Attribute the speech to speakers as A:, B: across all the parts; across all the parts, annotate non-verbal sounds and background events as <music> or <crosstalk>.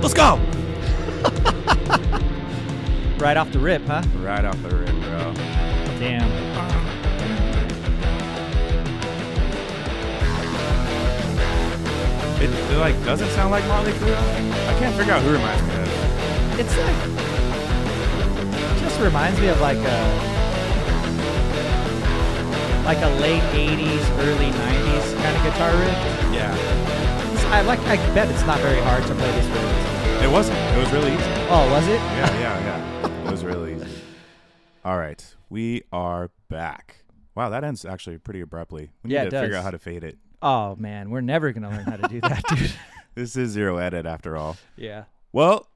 A: Let's go.
B: Right off the rip, huh?
A: Right off the rip, bro.
B: Damn.
A: It, it like doesn't sound like Motley Crue. I can't figure out who reminds me of. it.
B: It's like just reminds me of like a like a late '80s, early '90s kind of guitar riff.
A: Yeah,
B: It's- I like. I bet it's not very hard to play this riff.
A: it wasn't. It was really easy.
B: Oh, was it?
A: Yeah, yeah, yeah. It was really easy. All right, we are back. Wow, that ends actually pretty abruptly. We need
B: Yeah,
A: to
B: it
A: figure
B: does.
A: out how to fade it.
B: Oh man, we're never gonna learn how to do that, <laughs> dude.
A: This is zero edit after all.
B: yeah.
A: Well,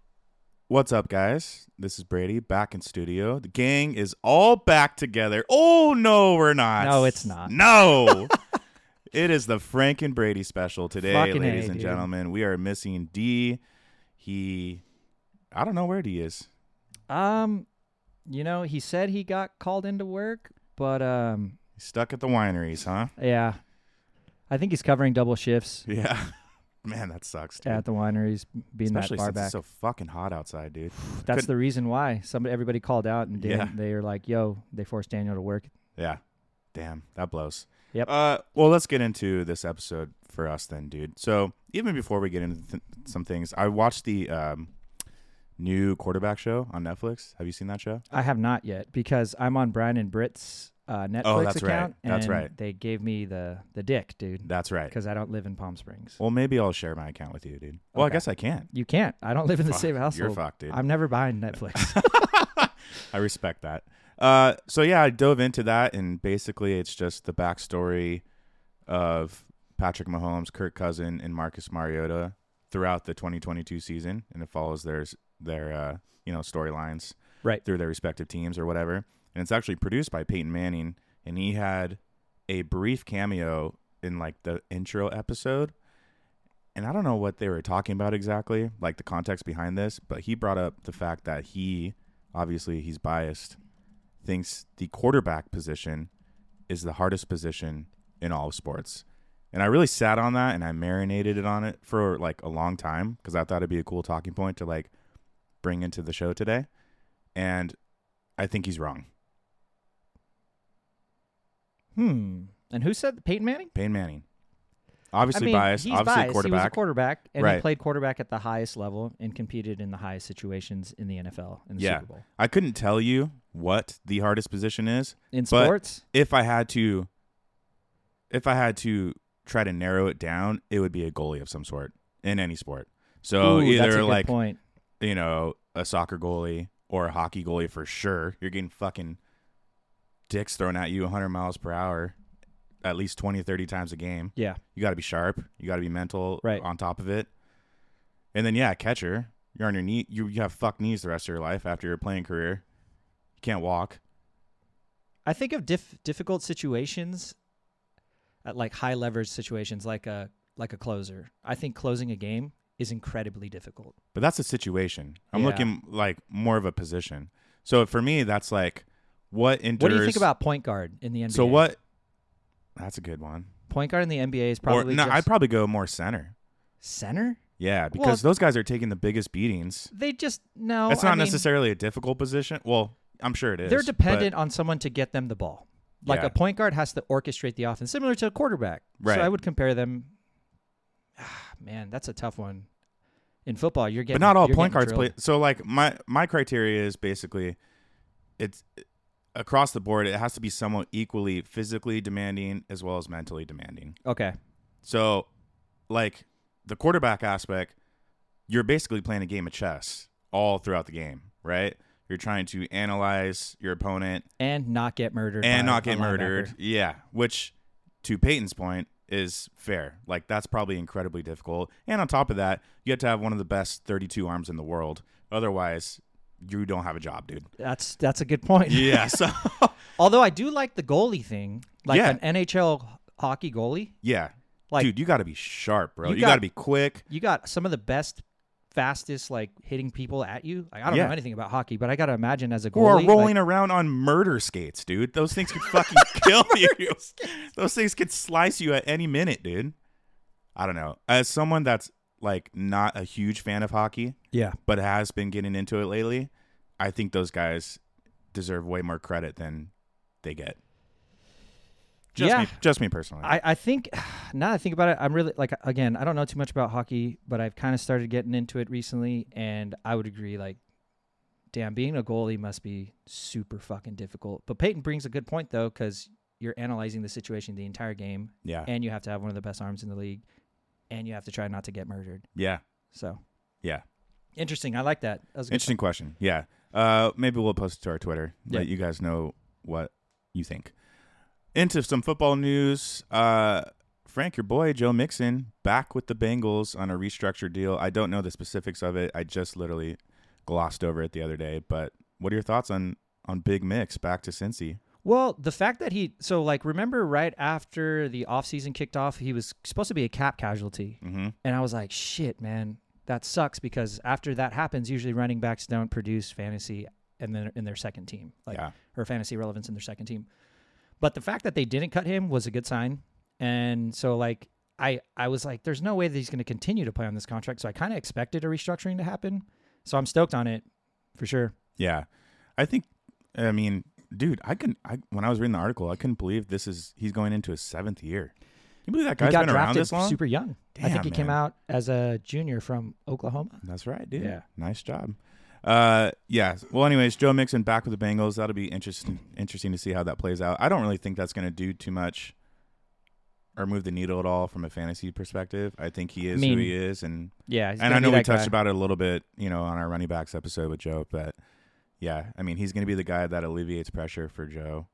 A: what's up, guys? This is Brady back in studio. The gang is all back together. Oh no, we're not.
B: No, it's not.
A: No. <laughs> it is the Frank and Brady special today,
B: Fucking A,
A: ladies and
B: dude.
A: gentlemen. We are missing D. He, I don't know where D is.
B: Um, you know, he said he got called into work, but um,
A: He's stuck at the wineries, huh? <laughs>
B: yeah, I think he's covering double shifts
A: Yeah. Man, that sucks. Dude.
B: at the wineries, being
A: Especially
B: that far
A: since
B: back.
A: it's so fucking hot outside, dude.
B: That's
A: couldn't-
B: the reason why somebody everybody called out and
A: Yeah.
B: Dan, they were like, "Yo, they forced Daniel to work."
A: Yeah. Damn, that blows.
B: Yep.
A: Uh, well, let's get into this episode for us then, dude. So even before we get into th- some things, I watched the um, new quarterback show on Netflix. Have you seen that show?
B: I have not yet because I'm on Brian and Britt's uh, Netflix
A: Oh, that's right.
B: account.
A: That's
B: and
A: right.
B: They gave me the the dick, dude,
A: That's right.
B: because I don't live in Palm Springs.
A: Well, maybe I'll share my account with you, dude. Well, I
B: Okay.
A: guess I can't.
B: You can't. I don't live in the same household.
A: You're fucked, dude.
B: I'm never
A: <laughs>
B: buying Netflix.
A: I respect that. Uh, so yeah, I dove into that, and basically, it's just the backstory of Patrick Mahomes, Kirk Cousin, and Marcus Mariota throughout the 2022 season, and it follows their their uh, you know storylines
B: right.
A: through their respective teams or whatever. And it's actually produced by Peyton Manning, and he had a brief cameo in like the intro episode. And I don't know what they were talking about exactly, like the context behind this, but he brought up the fact that he, obviously, he's biased, thinks the quarterback position is the hardest position in all of sports. And I really sat on that and I marinated it on it for like a long time because I thought it'd be a cool talking point to like bring into the show today and I think he's wrong.
B: Hmm. And who said Peyton Manning?
A: Peyton Manning, obviously
B: I mean,
A: biased,
B: He's
A: obviously
B: biased. He was a
A: quarterback.
B: quarterback, and
A: Right.
B: he played quarterback at the highest level and competed in the highest situations in the NFL in the
A: yeah,
B: Super Bowl.
A: I couldn't tell you what the hardest position is
B: In
A: But-
B: sports,
A: if I had to. If I had to try to narrow it down, it would be a goalie of some sort in any sport. So
B: Ooh, that's a
A: either
B: good
A: like
B: point.
A: you know a soccer goalie or a hockey goalie for sure. You're getting fucking dicks thrown at you 100 miles per hour, at least 20, 30 times a game.
B: Yeah.
A: You got to be sharp. You got to be mental
B: Right.
A: on top of it. And then yeah, catcher. You're on your knee. You, you have fucked knees the rest of your life after your playing career. You can't walk.
B: I think of diff- difficult situations at like high leverage situations like a like a closer. I think closing a game is incredibly difficult.
A: But that's a situation. I'm
B: Yeah.
A: looking like more of a position. So for me, that's like what endures.
B: What do you think about point guard in the NBA?
A: So what? That's a good one.
B: point guard in the NBA is
A: Or
B: probably
A: no,
B: just
A: I'd probably go more center.
B: center?
A: Yeah, because those guys are taking the biggest beatings.
B: They just no.
A: That's
B: I
A: not
B: mean,
A: necessarily a difficult position. Well, I'm sure it is.
B: They're
A: but-
B: dependent on someone to get them the ball. Like
A: Yeah.
B: a point guard has to orchestrate the offense, similar to a quarterback.
A: Right.
B: So I would compare them. Ah, man, that's a tough one. In football, you're getting
A: but not all
B: you're
A: point
B: getting
A: guards
B: drilled.
A: play. So like my my criteria is basically, it's across the board. It has to be somewhat equally physically demanding as well as mentally demanding.
B: Okay.
A: So, like the quarterback aspect, you're basically playing a game of chess all throughout the game, right? You're trying to analyze your opponent
B: And not get murdered.
A: and
B: by
A: not
B: a
A: get
B: linebacker.
A: murdered. Yeah, which to Peyton's point is fair. Like that's probably incredibly difficult. And on top of that, you have to have one of the best 32 arms in the world. Otherwise, you don't have a job, dude.
B: That's that's a good point.
A: Yeah. So
B: Although I do like the goalie thing, like
A: Yeah.
B: an NHL hockey goalie,
A: <laughs> yeah,
B: Like-
A: dude, you got to be sharp, bro. You,
B: You
A: got to
B: got-
A: be quick.
B: you got some of the best, fastest like hitting people at you. Like, I don't
A: Yeah.
B: know anything about hockey, but I gotta imagine as a
A: Or
B: goalie,
A: rolling around on murder skates, dude. Those things could fucking <laughs> kill you. Those things could slice you at any minute, dude. I don't know. As someone that's like not a huge fan of hockey,
B: Yeah.
A: but has been getting into it lately, I think those guys deserve way more credit than they get. Just
B: Yeah.
A: me, just me personally.
B: I, I think <sighs> now that I think about it, I'm really like again, I don't know too much about hockey, but I've kind of started getting into it recently and I would agree like damn, being a goalie must be super fucking difficult. But Peyton brings a good point though cuz you're analyzing the situation the entire game
A: yeah,
B: and you have to have one of the best arms in the league and you have to try not to get murdered.
A: yeah,
B: So,
A: yeah.
B: interesting. I like that. That was a good
A: Interesting question. Yeah. Uh, maybe we'll post it to our Twitter. Let
B: Yeah.
A: you guys know what you think. Into some football news. Uh, Frank, your boy Joe Mixon back with the Bengals on a restructured deal. I don't know the specifics of it. I just literally glossed over it the other day. But what are your thoughts on on Big Mix back to Cincy?
B: Well, the fact that he so like remember right after the offseason kicked off, he was supposed to be a cap casualty.
A: Mm-hmm.
B: And I was like, shit, man, that sucks because after that happens, usually running backs don't produce fantasy and then in their second team. Like
A: yeah.
B: or fantasy relevance in their second team. But the fact that they didn't cut him was a good sign. And so like I I was like there's no way that he's going to continue to play on this contract, so I kind of expected a restructuring to happen. So I'm stoked on it for sure.
A: Yeah. I think I mean, dude, I couldn't I when I was reading the article, I couldn't believe this is he's going into his seventh year. Can you believe that
B: He
A: guy's
B: got
A: been around
B: drafted
A: this long?
B: super young. I
A: Damn,
B: think he came
A: man.
B: out as a junior from Oklahoma.
A: That's right, dude.
B: Yeah.
A: Nice job. Uh, yeah. Well, anyways, Joe Mixon back with the Bengals. That'll be interesting. Interesting to see how that plays out. I don't really think that's going to do too much or move the needle at all from a fantasy perspective. I think he is
B: mean,
A: who he is, and
B: Yeah,
A: and I know we touched about it a little bit, you know, on our running backs episode with Joe, but yeah, I mean, he's going to be the guy that alleviates pressure for Joe,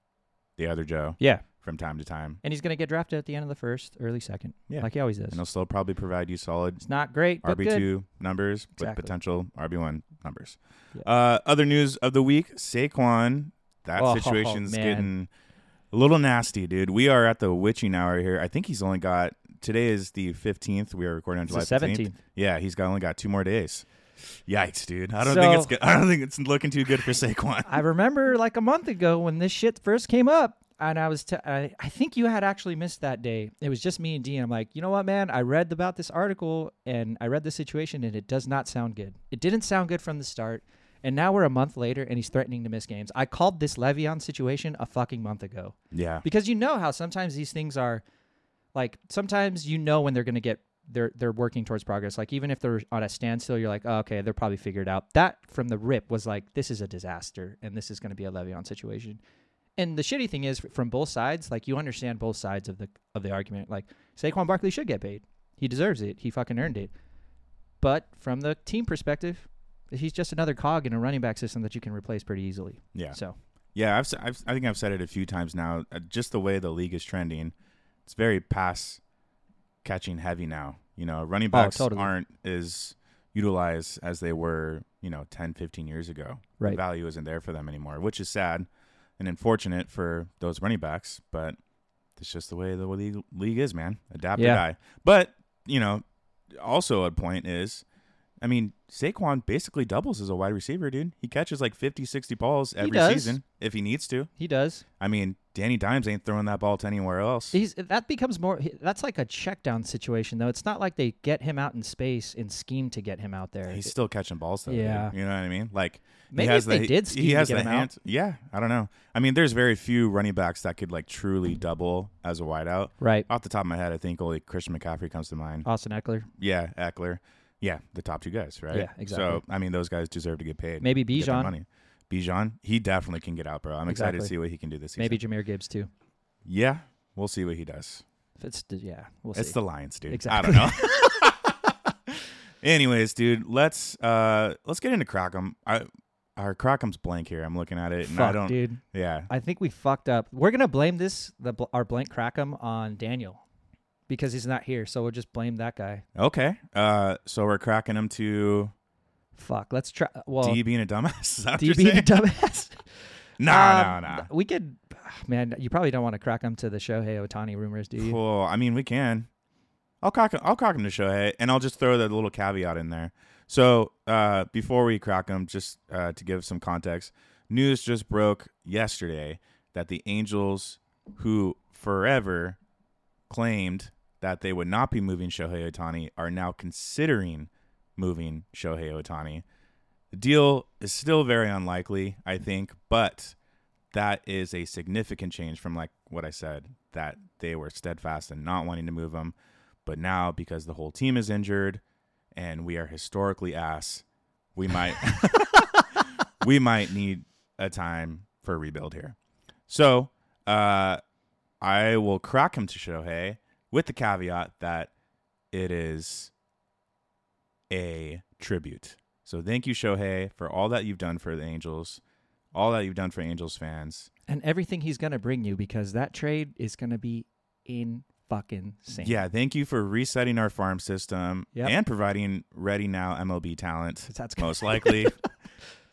A: the other Joe,
B: Yeah,
A: from time to time,
B: and he's going to get drafted at the end of the first, early second.
A: Yeah.
B: like he always is.
A: and he'll still probably provide you solid
B: It's not great, but
A: RB
B: good.
A: two numbers with
B: Exactly.
A: potential RB one numbers.
B: Yeah.
A: Uh, other news of the week: Saquon. That
B: Oh,
A: situation's
B: man.
A: getting a little nasty, dude. We are at the witching hour here. I think he's only got today is the fifteenth. We are recording on
B: It's
A: July
B: the
A: fifteenth.
B: seventeenth.
A: Yeah, he's got only got two more days. Yikes, dude! I don't think it's
B: So-
A: good. <laughs> I don't think it's looking too good for Saquon.
B: I remember like a month ago when this shit first came up, and I was t- I, I think you had actually missed that day. It was just me and Dean. I'm like, you know what, man? I read about this article and I read the situation, and it does not sound good. It didn't sound good from the start. And now we're a month later, and he's threatening to miss games. I called this Le'Veon situation a fucking month ago.
A: yeah,
B: because you know how sometimes these things are like sometimes you know when they're going to get they're they're working towards progress like even if they're on a standstill you're like oh, okay they're probably figured out that from the rip was like this is a disaster and this is going to be a Le'Veon situation and the shitty thing is from both sides like you understand both sides of the of the argument like Saquon Barkley should get paid he deserves it he fucking earned it but from the team perspective he's just another cog in a running back system that you can replace pretty easily
A: yeah,
B: so
A: yeah. I've, s- I've I think I've said it a few times now. Uh, Just the way the league is trending, it's very pass catching heavy now. You know, running backs
B: Oh, totally.
A: aren't as utilized as they were, you know, 10, 15 years ago. The
B: Right.
A: value isn't there for them anymore, which is sad and unfortunate for those running backs, but it's just the way the league, league is, man. Adapt
B: Yeah.
A: or die. But, you know, also a point is, I mean, Saquon basically doubles as a wide receiver, dude. He catches like 50, 60 balls every
B: does.
A: season if he needs to.
B: he does
A: I mean, Danny Dimes ain't throwing that ball to anywhere else.
B: He's that becomes more. he- That's like a check down situation, though. It's not like they get him out in space and scheme to get him out there.
A: He's still catching balls though.
B: Yeah.
A: dude. you know what I mean. Like
B: Maybe
A: he has
B: if they
A: the,
B: did
A: he-
B: scheme
A: he
B: to
A: has
B: get
A: the
B: him out.
A: hands. Yeah, I don't know. I mean, there's very few running backs that could like truly double as a wideout.
B: right.
A: Off the top of my head, I think only Christian McCaffrey comes to mind.
B: Austin Eckler,
A: Yeah, Eckler. Yeah, the top two guys, right?
B: Yeah,
A: So
B: exactly.
A: I mean, those guys deserve to get paid.
B: maybe
A: get their
B: Bijan,
A: money. Bijan, he definitely can get out, bro. I'm excited to
B: Exactly.
A: see what he can do this season.
B: maybe Jameer Gibbs too.
A: Yeah, we'll see what he does.
B: If it's yeah, we'll
A: it's
B: see.
A: the Lions, dude.
B: Exactly.
A: I don't know. <laughs> Anyways, dude, let's uh let's get into Crockham. I our Crockham's blank here. I'm looking at it and I
B: Fuck,
A: don't
B: dude.
A: Yeah.
B: I think we fucked up. We're gonna blame this the bl- our blank crackum on Daniel because he's not here. So we'll just blame that guy.
A: Okay. Uh so we're cracking him to
B: Fuck. Let's try. uh, Well,
A: D being a dumbass. <laughs> Is that what
B: D
A: you're
B: being a
A: saying?
B: dumbass.
A: Nah, <laughs>
B: Um,
A: nah, nah.
B: We could, man. You probably don't want to crack him to the Shohei Otani rumors, do you?
A: Cool. I mean, we can. I'll crack. I'll crack him to Shohei, and I'll just throw that little caveat in there. So uh, before we crack him, just uh, to give some context, news just broke yesterday that the Angels, who forever claimed that they would not be moving Shohei Otani are now considering moving Shohei Otani. The deal is still very unlikely, I think, but that is a significant change from like what I said that they were steadfast in not wanting to move him. But now because the whole team is injured and we are historically ass, we might we might need a time for a rebuild here. So uh, I will crack him to Shohei with the caveat that it is a tribute. So thank you, Shohei, for all that you've done for the Angels, all that you've done for Angels fans.
B: and everything he's gonna bring you because that trade is gonna be in fucking sane.
A: Yeah, thank you for resetting our farm system
B: Yep.
A: and providing ready now MLB talent,
B: that's
A: <laughs>
B: gonna,
A: most likely.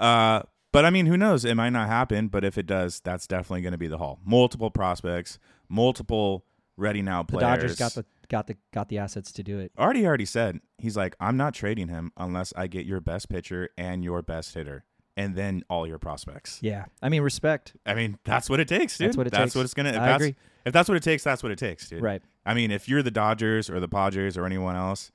A: uh, but I mean, who knows? It might not happen. But if it does, that's definitely going to be the haul. Multiple prospects, multiple ready now
B: <laughs> the
A: players.
B: Dodgers got the got the got the assets to do it.
A: Artie already said he's like, I'm not trading him unless I get your best pitcher and your best hitter, and then all your prospects.
B: Yeah, I mean respect.
A: I mean, that's what it takes, dude.
B: That's what it takes.
A: it's gonna. If
B: I
A: that's,
B: agree.
A: If that's what it takes, that's what it takes, dude.
B: Right.
A: I mean, if you're the Dodgers or the Padres or anyone else,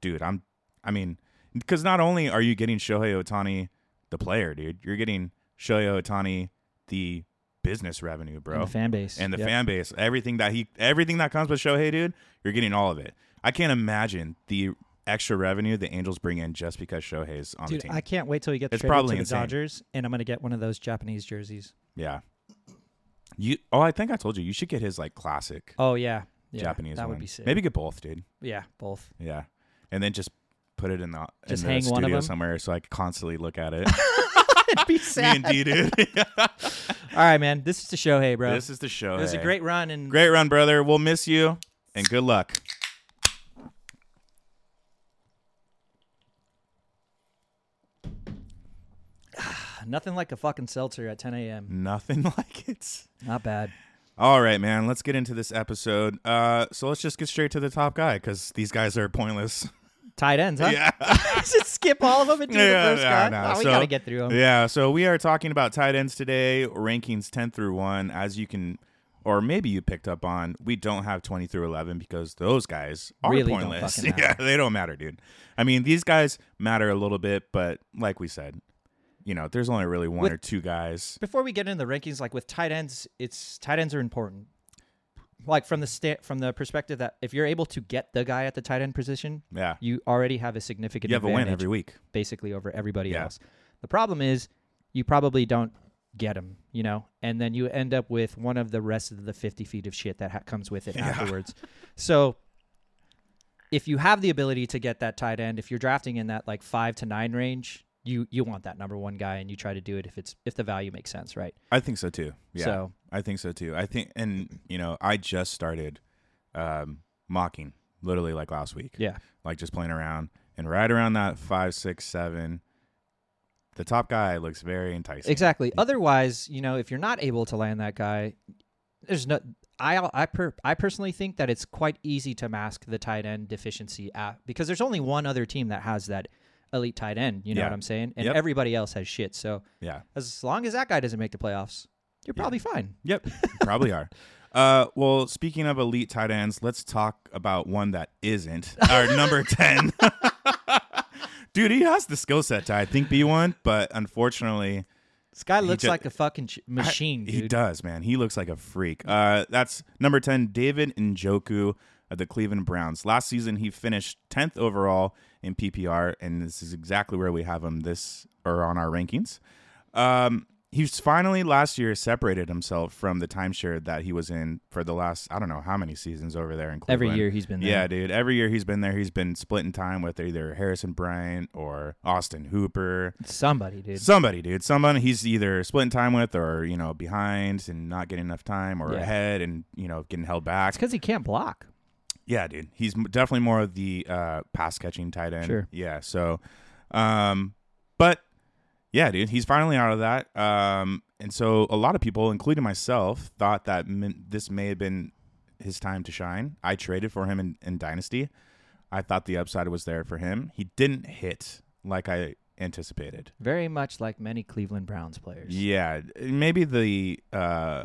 A: dude, I'm. I mean, because not only are you getting Shohei Otani, the player, dude, you're getting Shohei Otani, the business revenue, bro,
B: And the fan base.
A: and the
B: Yep.
A: fan base, everything that he, everything that comes with Shohei, dude, you're getting all of it. I can't imagine the extra revenue the Angels bring in just because Shohei's on
B: Dude,
A: the team.
B: I can't wait till you get
A: It's
B: traded
A: probably
B: to the
A: insane.
B: Dodgers, and I'm gonna get one of those Japanese jerseys.
A: yeah. You. Oh, I think I told you you should get his like classic
B: Oh yeah, yeah
A: Japanese
B: That
A: one.
B: would be sick.
A: Maybe get both, dude.
B: yeah,
A: <laughs>
B: both.
A: Yeah, and then just put it in the
B: Just
A: in the
B: hang one of
A: studio
B: them?
A: somewhere so I could constantly look at it. <laughs>
B: It'd be
A: Me
B: sad.
A: and D,
B: <laughs>
A: dude.
B: All right, man. This is the show, hey, bro.
A: This is the show.
B: it was a
A: hey.
B: great run, and
A: great run, brother. We'll miss you, and good luck.
B: nothing like a fucking seltzer at 10 a.m.
A: Nothing <laughs> like it.
B: Not bad.
A: All right, man. Let's get into this episode. Uh, so let's just get straight to the top guy because these guys are pointless.
B: Tight ends, huh? <laughs>
A: Yeah.
B: Just skip all of them and do
A: Yeah,
B: the first
A: yeah,
B: guy.
A: no.
B: Oh, we
A: So-
B: gotta get through them.
A: Yeah, so we are talking about tight ends today, rankings 10 through 1. As you can, or maybe you picked up on, we don't have 20 through 11 because those guys are
B: Really don't
A: pointless. <laughs>
B: fucking
A: yeah, they don't matter, dude. I mean, these guys matter a little bit, but like we said, you know, there's only really one
B: With-
A: or two guys.
B: Before we get into the rankings, like with tight ends, it's tight ends are important. Like from the sta- from the perspective that if you're able to get the guy at the tight end position,
A: Yeah.
B: you already have a significant
A: You have a
B: advantage
A: win every week.
B: basically over everybody
A: Yeah.
B: else. The problem is you probably don't get him, you know, and then you end up with one of the rest of the 50 feet of shit that ha- comes
A: <laughs>
B: with it afterwards. So if you have the ability to get that tight end, if you're drafting in that like 5 to 9 range, you you want that number 1 guy and you try to do it if it's if the value makes sense, right?
A: I think so too. Yeah.
B: So
A: I think so too. I think, and, you know, I just started um, mocking literally like last week.
B: yeah.
A: like just playing around. And right around that five, six, seven, the top guy looks very enticing.
B: Exactly. Otherwise, you know, if you're not able to land that guy, there's no. I I per, I personally think that it's quite easy to mask the tight end deficiency at, because there's only one other team that has that elite tight end. You know
A: Yeah.
B: what I'm saying? And
A: Yep.
B: everybody else has shit. So
A: Yeah.
B: as long as that guy doesn't make the playoffs, you're
A: Yeah.
B: probably fine.
A: Yep. you probably are. Uh, well, speaking of elite tight ends, let's talk about one that isn't our number 10. <laughs> Dude, he has the skill set to, I think, be one, but unfortunately,
B: This guy looks
A: ju-
B: like a fucking ch- machine,
A: he
B: dude.
A: does, man. He looks like a freak. Uh, that's number 10, David Njoku of the Cleveland Browns. Last season, he finished 10th overall in PPR, and this is exactly where we have him this or on our rankings. Um, he's finally last year separated himself from the timeshare that he was in for the last, I don't know how many seasons over there in Cleveland.
B: Every year he's been there.
A: Yeah, dude. Every year he's been there, he's been splitting time with either Harrison Bryant or Austin Hooper.
B: Somebody, dude.
A: Somebody, dude. Someone he's either splitting time with or, you know, behind and not getting enough time or
B: Yeah.
A: ahead and, you know, getting held
B: It's
A: back.
B: because he can't block.
A: Yeah, dude. He's m- definitely more of the uh, pass catching tight end.
B: Sure.
A: Yeah. So, um, but yeah, dude, he's finally out of that. Um, and so a lot of people, including myself, thought that min- this may have been his time to shine. I traded for him in, in Dynasty. I thought the upside was there for him. He didn't hit like I anticipated.
B: Very much like many Cleveland Browns players.
A: Yeah, maybe the uh,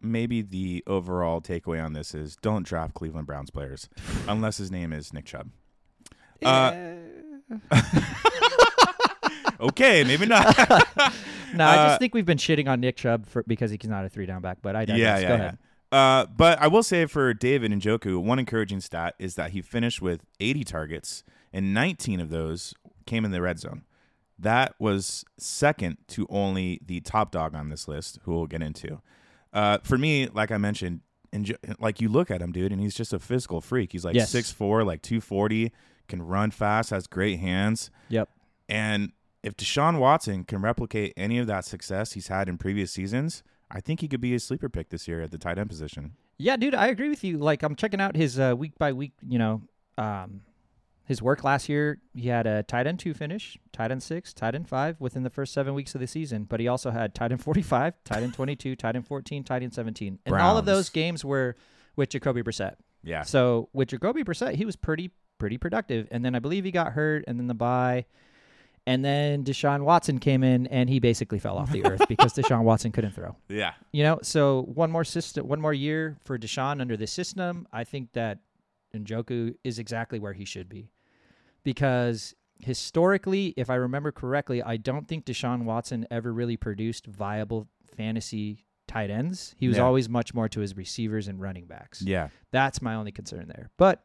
A: maybe the overall takeaway on this is don't draft Cleveland Browns players unless his name is Nick Chubb. Uh, okay, maybe not.
B: No, I
A: uh,
B: just think we've been shitting on Nick Chubb for, because he's not a three down back. But I digress.
A: yeah, yeah,
B: Go
A: yeah.
B: ahead.
A: Uh, but I will say for David and Joku, one encouraging stat is that he finished with 80 targets, and 19 of those came in the red zone. That was second to only the top dog on this list, who we'll get into. Uh, for me, like I mentioned, and Jo- like you look at him, dude, and he's just a physical freak. He's like
B: Yes.
A: six four, like 240, can run fast, has great hands.
B: Yep.
A: And if Deshaun Watson can replicate any of that success he's had in previous seasons, I think he could be a sleeper pick this year at the tight end position.
B: Yeah, dude, I agree with you. Like, I'm checking out his uh, week by week, you know, um, his work last year. He had a tight end two finish, tight end six, tight end five within the first seven weeks of the season. But he also had tight end <laughs> 45, tight end 22, tight end 14, tight end 17. And all of
A: Browns.
B: those games were with Jacoby Brissett.
A: Yeah.
B: So with Jacoby Brissett, he was pretty pretty productive, and then I believe he got hurt, and then the bye, and then Deshaun Watson came in, and he basically fell off the earth because Deshaun Watson couldn't throw.
A: Yeah.
B: You know, so one more system, one more year for Deshaun under this system. I think that Njoku is exactly where he should be, because historically, if I remember correctly, I don't think Deshaun Watson ever really produced viable fantasy tight ends. He was
A: Yeah.
B: always much more to his receivers and running backs.
A: Yeah.
B: That's my only concern there. But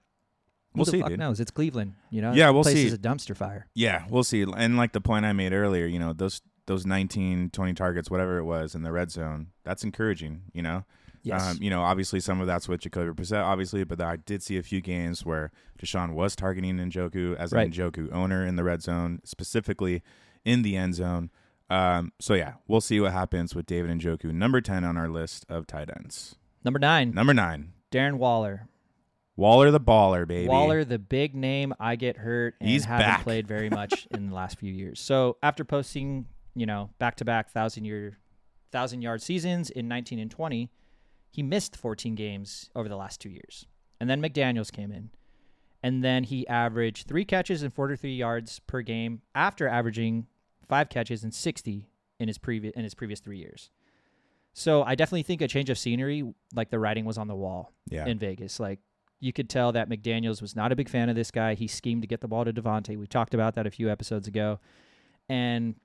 B: who
A: We'll
B: the
A: see,
B: fuck
A: dude.
B: knows? It's Cleveland, you know.
A: Yeah,
B: That
A: we'll
B: place
A: see. Um,
B: is a dumpster fire.
A: Yeah, we'll see. And like the point I made earlier, you know, those those 19, 20 targets, whatever it was in the red zone, that's encouraging, you know.
B: Yes.
A: Um, you know, obviously some of that's with Jacoby Brissett, obviously, but I did see a few games where Deshaun was targeting Njoku as
B: Right.
A: an Njoku owner in the red zone, specifically in the end zone. Um, so yeah, we'll see what happens with David and Njoku, number ten on our list of tight ends.
B: Number nine,
A: Number nine,
B: Darren Waller.
A: Waller the baller, baby.
B: Waller, the big name. I get hurt and
A: He's
B: haven't
A: back.
B: played
A: <laughs>
B: very much in the last few years. So after posting, you know, back to back thousand year, thousand yard seasons in 19 and 20, he missed 14 games over the last two years. And then McDaniel's came in, and then he averaged three catches and 43 yards per game after averaging five catches and 60 in his previous in his previous three years. So I definitely think a change of scenery, like the writing was on the wall
A: Yeah.
B: in Vegas. Like you could tell that McDaniels was not a big fan of this guy. He schemed to get the ball to Devontae. We talked about that a few episodes ago. And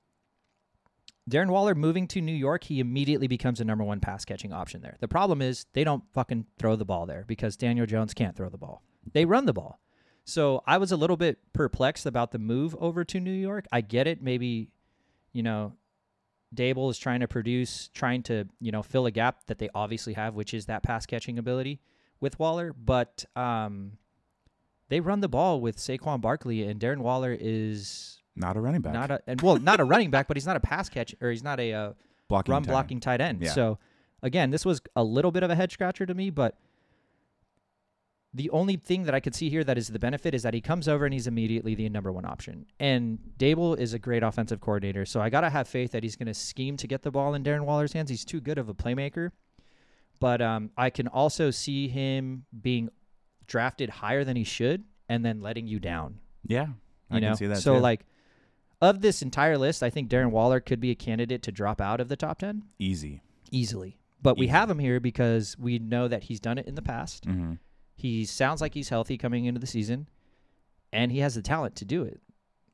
B: Darren Waller moving to New York, he immediately becomes a number one pass catching option there. The problem is they don't fucking throw the ball there because Daniel Jones can't throw the ball. They run the ball. So I was a little bit perplexed about the move over to New York. I get it. Maybe, you know, Dable is trying to produce, trying to, you know, fill a gap that they obviously have, which is that pass catching ability with Waller. But um, they run the ball with Saquon Barkley, and Darren Waller is
A: not a running back.
B: not a and well, not a running back, but he's not a pass catch or he's not a uh,
A: blocking
B: run
A: tight end.
B: blocking tight end.
A: Yeah.
B: So again, this was a little bit of a head scratcher to me, but the only thing that I could see here that is the benefit is that he comes over and he's immediately the number one option. And Dable is a great offensive coordinator, so I gotta have faith that he's gonna scheme to get the ball in Darren Waller's hands. He's too good of a playmaker. But um, I can also see him being drafted higher than he should and then letting you down.
A: Yeah. I
B: You know?
A: can see that.
B: So
A: too.
B: like of this entire list, I think Darren Waller could be a candidate to drop out of the top ten
A: easy.
B: easily. But we
A: Easy.
B: have him here because we know that he's done it in the past.
A: hmm
B: He sounds like he's healthy coming into the season, and he has the talent to do it.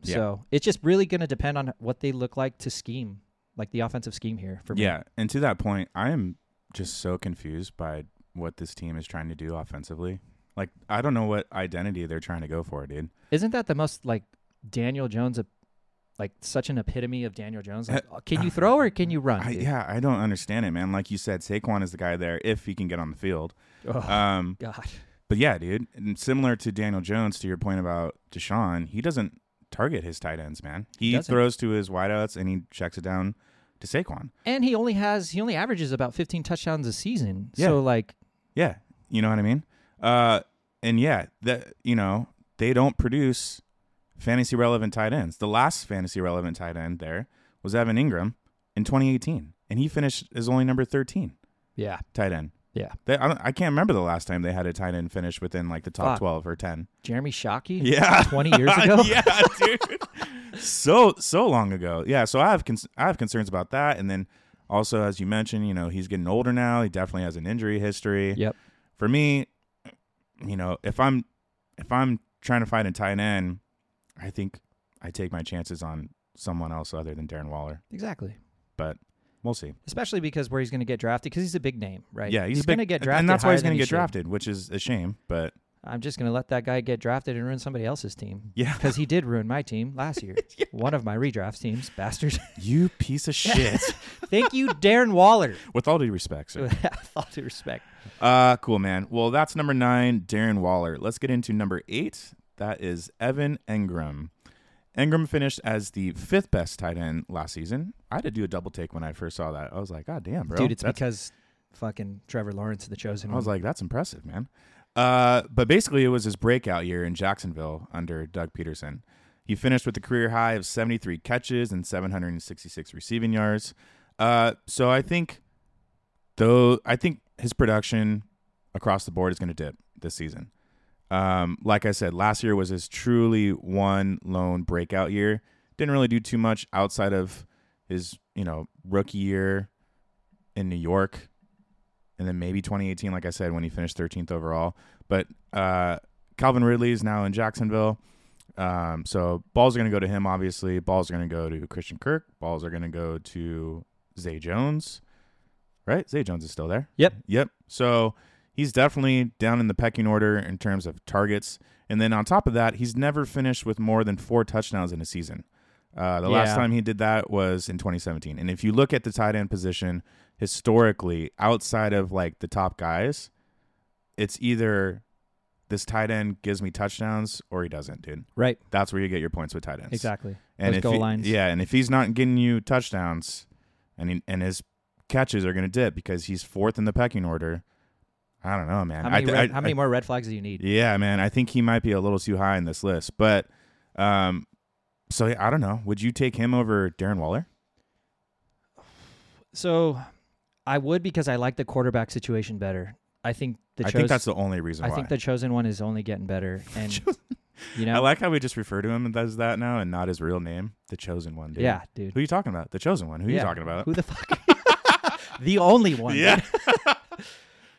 A: Yeah.
B: So it's just really going to depend on what they look like to scheme, like the offensive scheme here for me.
A: Yeah, and to that point, I am just so confused by what this team is trying to do offensively. Like, I don't know what identity they're trying to go for, dude.
B: Isn't that the most like Daniel Jones, ep- like such an epitome of Daniel Jones? Like, can you throw or can you run?
A: Uh, I,
B: dude?
A: yeah, I don't understand it, man. Like you said, Saquon is the guy there if he can get on the field.
B: Oh,
A: Um,
B: God.
A: but yeah, dude, and similar to Daniel Jones, to your point about Deshaun, he doesn't target his tight ends, man. He
B: doesn't.
A: throws to his wideouts and he checks it down to Saquon.
B: And he only has he only averages about 15 touchdowns a season.
A: Yeah.
B: So like
A: Yeah, you know what I mean. Uh, and yeah, that you know they don't produce fantasy relevant tight ends. The last fantasy relevant tight end there was Evan Ingram in 2018, and he finished as only number 13
B: yeah,
A: tight end.
B: yeah.
A: They, I, don't, I can't remember the last time they had a tight end finish within like the top
B: Fuck.
A: 12 or 10.
B: <laughs> Jeremy Shockey?
A: <laughs> Yeah,
B: 20 years ago?
A: yeah, dude. so so long ago. Yeah. So I have cons- I have concerns about that, and then Also, as you mentioned, you know, he's getting older now. He definitely has an injury history.
B: Yep.
A: For me, you know, if I'm if I'm trying to fight a tight end, I think I take my chances on someone else other than Darren Waller.
B: Exactly.
A: But we'll see.
B: Especially because where he's going to get drafted, because he's a big name, right?
A: Yeah, he's,
B: he's,
A: big-
B: going to get
A: and-
B: drafted.
A: and that's why he's
B: going
A: gonna get
B: to
A: drafted, which is a shame. But
B: I'm just going to let that guy get drafted and ruin somebody else's team.
A: yeah,
B: <laughs> Because he did ruin my team
A: <laughs>
B: last year. One of my redraft teams, bastard.
A: you piece of shit.
B: <laughs> Thank you, Darren Waller. <laughs>
A: With all due respect, sir.
B: With all due respect.
A: Uh, cool, man. Well, that's number nine, Darren Waller. Let's get into number eight. That is Evan Engram. Engram finished as the fifth best tight end last season. I had to do a double take when I first saw that. I was like, God damn, bro.
B: Dude, it's
A: That's-
B: because fucking Trevor Lawrence, the chosen
A: I
B: one.
A: was like, that's impressive, man. Uh, but basically, it was his breakout year in Jacksonville under Doug Peterson. He finished with a career high of 73 catches and 766 receiving yards. Uh, so I think, though, I think his production across the board is going to dip this season. Um, like I said, last year was his truly one lone breakout year. Didn't really do too much outside of his, you know, rookie year in New York and then maybe 2018, like I said, when he finished 13th overall. But uh, Calvin Ridley is now in Jacksonville. Um, so balls are going to go to him, obviously. Balls are going to go to Christian Kirk. Balls are going to go to Zay Jones, right? Zay Jones is still there.
B: Yep.
A: Yep. So he's definitely down in the pecking order in terms of targets. And then on top of that, he's never finished with more than four touchdowns in a season. Uh, the last
B: Yeah.
A: time he did that was in 2017. And if you look at the tight end position historically, outside of like the top guys, it's either this tight end gives me touchdowns or he doesn't, dude.
B: right.
A: That's where you get your points with tight ends.
B: Exactly.
A: And
B: Those
A: if
B: goal
A: he-
B: lines.
A: Yeah, and if he's not getting you touchdowns, and he, and his catches are going to dip because he's fourth in the pecking order. I don't know, man.
B: How
A: I
B: many,
A: th-
B: red,
A: I-
B: how
A: I-
B: many more red flags do you need?
A: yeah, man. I think he might be a little too high in this list, but um, so yeah, I don't know. Would you take him over Darren Waller?
B: So I would because I like the quarterback situation better. I think the
A: I
B: chosen,
A: think that's the only reason.
B: I
A: why.
B: think the chosen one is only
A: <laughs>
B: getting better, and you know,
A: I like how we just refer to him as that now and not his real name, the chosen one. Dude.
B: yeah, dude.
A: Who you talking about? The chosen one. Who
B: Yeah.
A: you talking about?
B: Who the fuck? <laughs> the only one.
A: yeah. <laughs>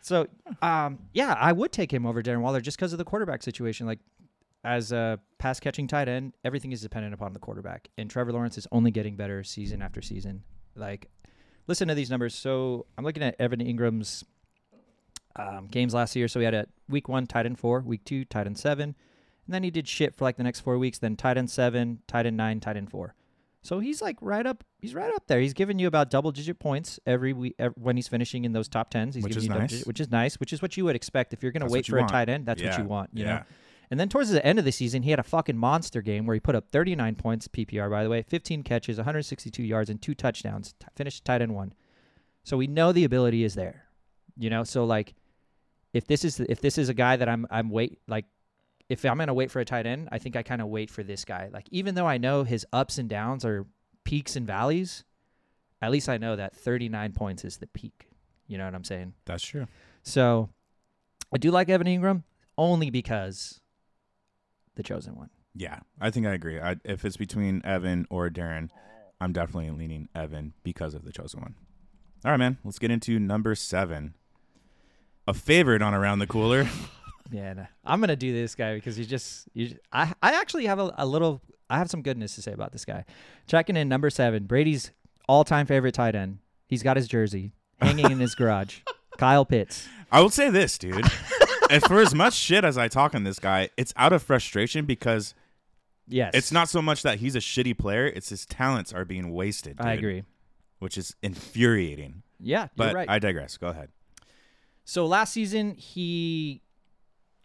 B: So, um, yeah, I would take him over Darren Waller just because of the quarterback situation. Like, as a pass catching tight end, everything is dependent upon the quarterback, and Trevor Lawrence is only getting better season after season. Like, listen to these numbers. So, I'm looking at Evan Ingram's um, games last year. So he had a week one tight end four, week two tight end seven, and then he did shit for like the next four weeks. Then tight end seven, tight end nine, tight end four. So he's like right up. He's right up there. He's giving you about double digit points every week ev when he's finishing in those top tens. He's
A: Which
B: giving
A: is
B: you double
A: nice.
B: digit- which is nice. Which is what you would expect if you're going to
A: That's
B: wait
A: what you
B: for
A: want.
B: a tight end. That's what
A: Yeah.
B: you want. You
A: Yeah.
B: know. And then towards the end of the season, he had a fucking monster game where he put up 39 points PPR, by the way, 15 catches, 162 yards, and two touchdowns. T- finished tight end one. So we know the ability is there, you know. So like, if this is if this is a guy that I'm I'm wait like, if I'm gonna wait for a tight end, I think I kind of wait for this guy. Like even though I know his ups and downs are peaks and valleys, at least I know that 39 points is the peak. You know what I'm saying?
A: That's true.
B: So I do like Evan Ingram only because the chosen one.
A: Yeah, I think I agree. I, if it's between Evan or Darren, I'm definitely leaning Evan because of the chosen one. All right, man. Let's get into number seven. A favorite on around the cooler.
B: Yeah, no. I'm gonna do this guy because he's just you. Just, I I actually have a, a little. I have some goodness to say about this guy. Checking in number seven, Brady's all-time favorite tight end. He's got his jersey hanging in his garage. <laughs> Kyle Pitts.
A: I will say this,
B: <laughs>
A: dude. and for as much shit as I talk on this guy, it's out of frustration because
B: Yes,
A: it's not so much that he's a shitty player; it's his talents are being wasted.
B: I
A: dude,
B: agree.
A: which is infuriating.
B: Yeah,
A: But
B: you're right.
A: I digress. Go ahead.
B: So last season he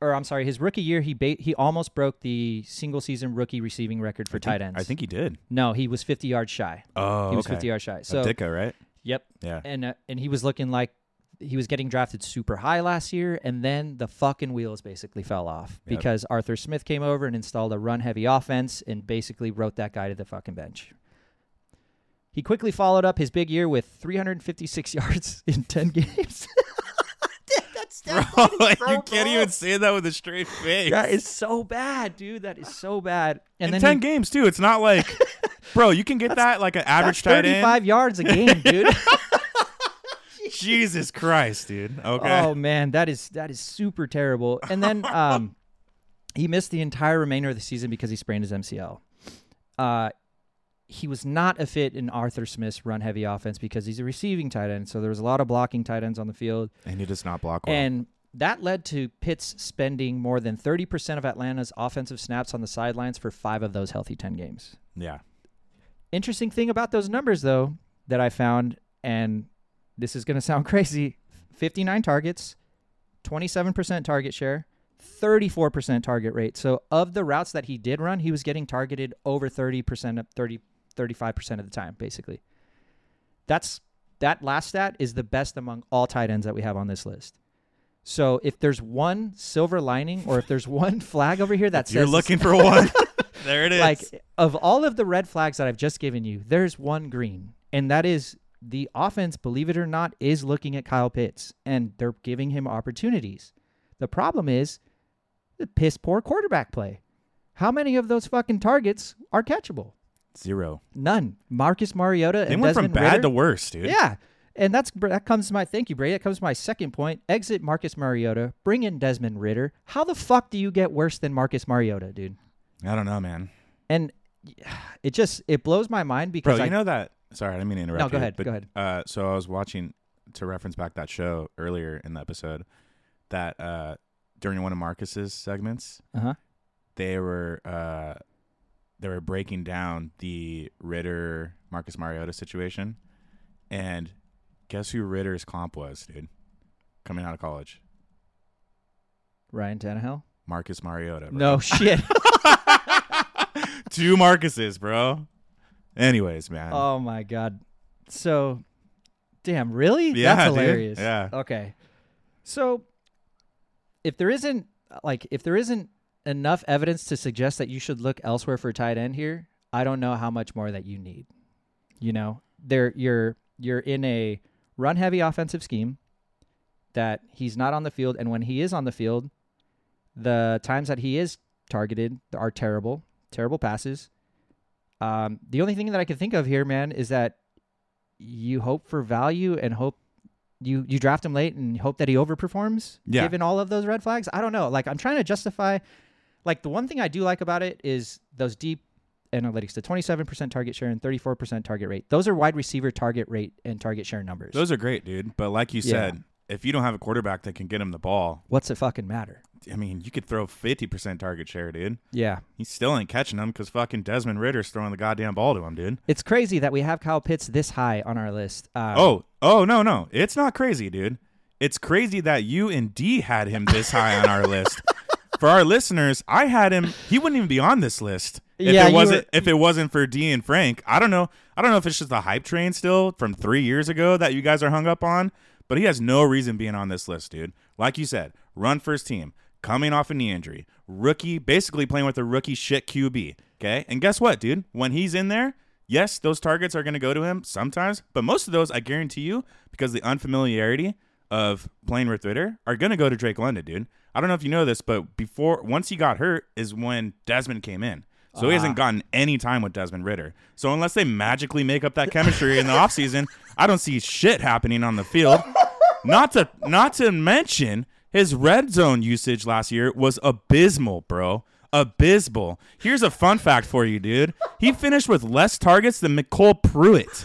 B: or I'm sorry, his rookie year he ba- he almost broke the single season rookie receiving record for
A: I think-
B: tight ends.
A: I think he did.
B: no, he was 50 yards shy.
A: Oh,
B: He was
A: okay.
B: 50 yards shy.
A: Of
B: So
A: Dicka, right?
B: yep.
A: Yeah.
B: And uh, and he was looking like he was getting drafted super high last year and then the fucking wheels basically fell off
A: Yep.
B: because Arthur Smith came over and installed a run heavy offense and basically wrote that guy to the fucking bench. He quickly followed up his big year with 356 <laughs> yards in 10 games. <laughs> That's
A: Bro, <laughs> like,
B: so
A: you can't
B: bad.
A: even say that with a straight face.
B: That is so bad, dude. That is so bad. And
A: in 10
B: then he,
A: gaverage games
B: <laughs>
A: too. It's not like, bro, you can get that like an average
B: that's
A: tight end.
B: 35 yards a game, dude.
A: <laughs> Jesus Christ, dude. Okay.
B: Oh man, that is that is super terrible. And then um, he missed the entire remainder of the season because he sprained his MCL. Uh, he was not a fit in Arthur Smith's run heavy offense because he's a receiving tight end. So there was a lot of blocking tight ends on the field,
A: and he does not block well.
B: and that led to Pitts spending more than thirty percent of Atlanta's offensive snaps on the sidelines for five of those healthy ten games
A: yeah.
B: interesting thing about those numbers though that I found, and this is going to <laughs> sound crazy: 59 targets, 27% target share, 34% target rate. So of the routes that he did run, he was getting targeted over 30% up 30 35% of the time basically. That's that last stat is the best among all tight ends that we have on this list. So if there's one silver lining or if there's <laughs> one flag over here that
A: You're
B: says <laughs>
A: looking for one. there it is.
B: like of all of the red flags that I've just given you, there's one green, and that is the offense, believe it or not, is looking at Kyle Pitts and they're giving him opportunities. The problem is the piss poor quarterback play. How many of those fucking targets are catchable?
A: zero.
B: None. Marcus Mariota
A: They
B: and
A: went
B: uh, Desmond
A: from bad
B: Ritter-
A: to worse, dude.
B: yeah. And that's that comes to my thank you, Brady. That comes to my second point. Exit Marcus Mariota, bring in Desmond Ritter. How the fuck do you get worse than Marcus Mariota, dude?
A: I don't know, man.
B: and it just it blows my mind because
A: Bro,
B: I,
A: you know that. Sorry, I didn't mean to interrupt.
B: No, go
A: you,
B: ahead,
A: But,
B: go ahead.
A: Uh, so I was watching to reference back that show earlier in the episode that uh, during one of Marcus's segments,
B: uh-huh.
A: they were uh, they were breaking down the Ritter Marcus Mariota situation, and guess who Ritter's comp was, dude? Coming out of college,
B: Ryan Tannehill.
A: Marcus Mariota. Bro.
B: No shit.
A: <laughs> two Marcuses, bro. Anyways, man.
B: oh my god. So, damn, really?
A: Yeah,
B: That's
A: dude.
B: hilarious.
A: Yeah.
B: Okay. So, if there isn't like if there isn't enough evidence to suggest that you should look elsewhere for tight end here, I don't know how much more that you need. You know, there you're you're in a run heavy offensive scheme that he's not on the field and when he is on the field, the times that he is targeted are terrible, terrible passes. Um, the only thing that I can think of here, man, is that you hope for value and hope you you draft him late and hope that he overperforms.
A: Yeah.
B: Given all of those red flags, I don't know. Like I'm trying to justify. Like the one thing I do like about it is those deep analytics, the 27% target share and 34% target rate. Those are wide receiver target rate and target share numbers.
A: Those are great, dude. But like you
B: Yeah.
A: said, if you don't have a quarterback that can get him the ball,
B: What's it fucking matter?
A: I mean, you could throw 50% target share, dude.
B: Yeah.
A: He still ain't catching him because fucking Desmond Ritter's throwing the goddamn ball to him, dude.
B: It's crazy that we have Kyle Pitts this high on our list. Um,
A: Oh, oh, no, no. It's not crazy, dude. It's crazy that you and D had him this high on our list. For our listeners, I had him. He wouldn't even be on this list if
B: Yeah,
A: it
B: you
A: wasn't
B: were-
A: if it wasn't for D and Frank. I don't know. I don't know if it's just the hype train still from three years ago that you guys are hung up on, but he has no reason being on this list, dude. Like you said, run first team, coming off a knee injury, rookie, basically playing with a rookie shit QB. Okay, and guess what, dude? When he's in there, yes, those targets are going to go to him sometimes, but most of those, I guarantee you, because the unfamiliarity of playing with Ritter are going to go to Drake London, dude. I don't know if you know this, but before once he got hurt is when Desmond came in. So he hasn't gotten any time with Desmond Ritter. So unless they magically make up that chemistry in the offseason, I don't see shit happening on the field. Not to not to mention his red zone usage last year was abysmal, bro. Abysmal. Here's a fun fact for you, dude. He finished with less targets than Nicole Pruitt.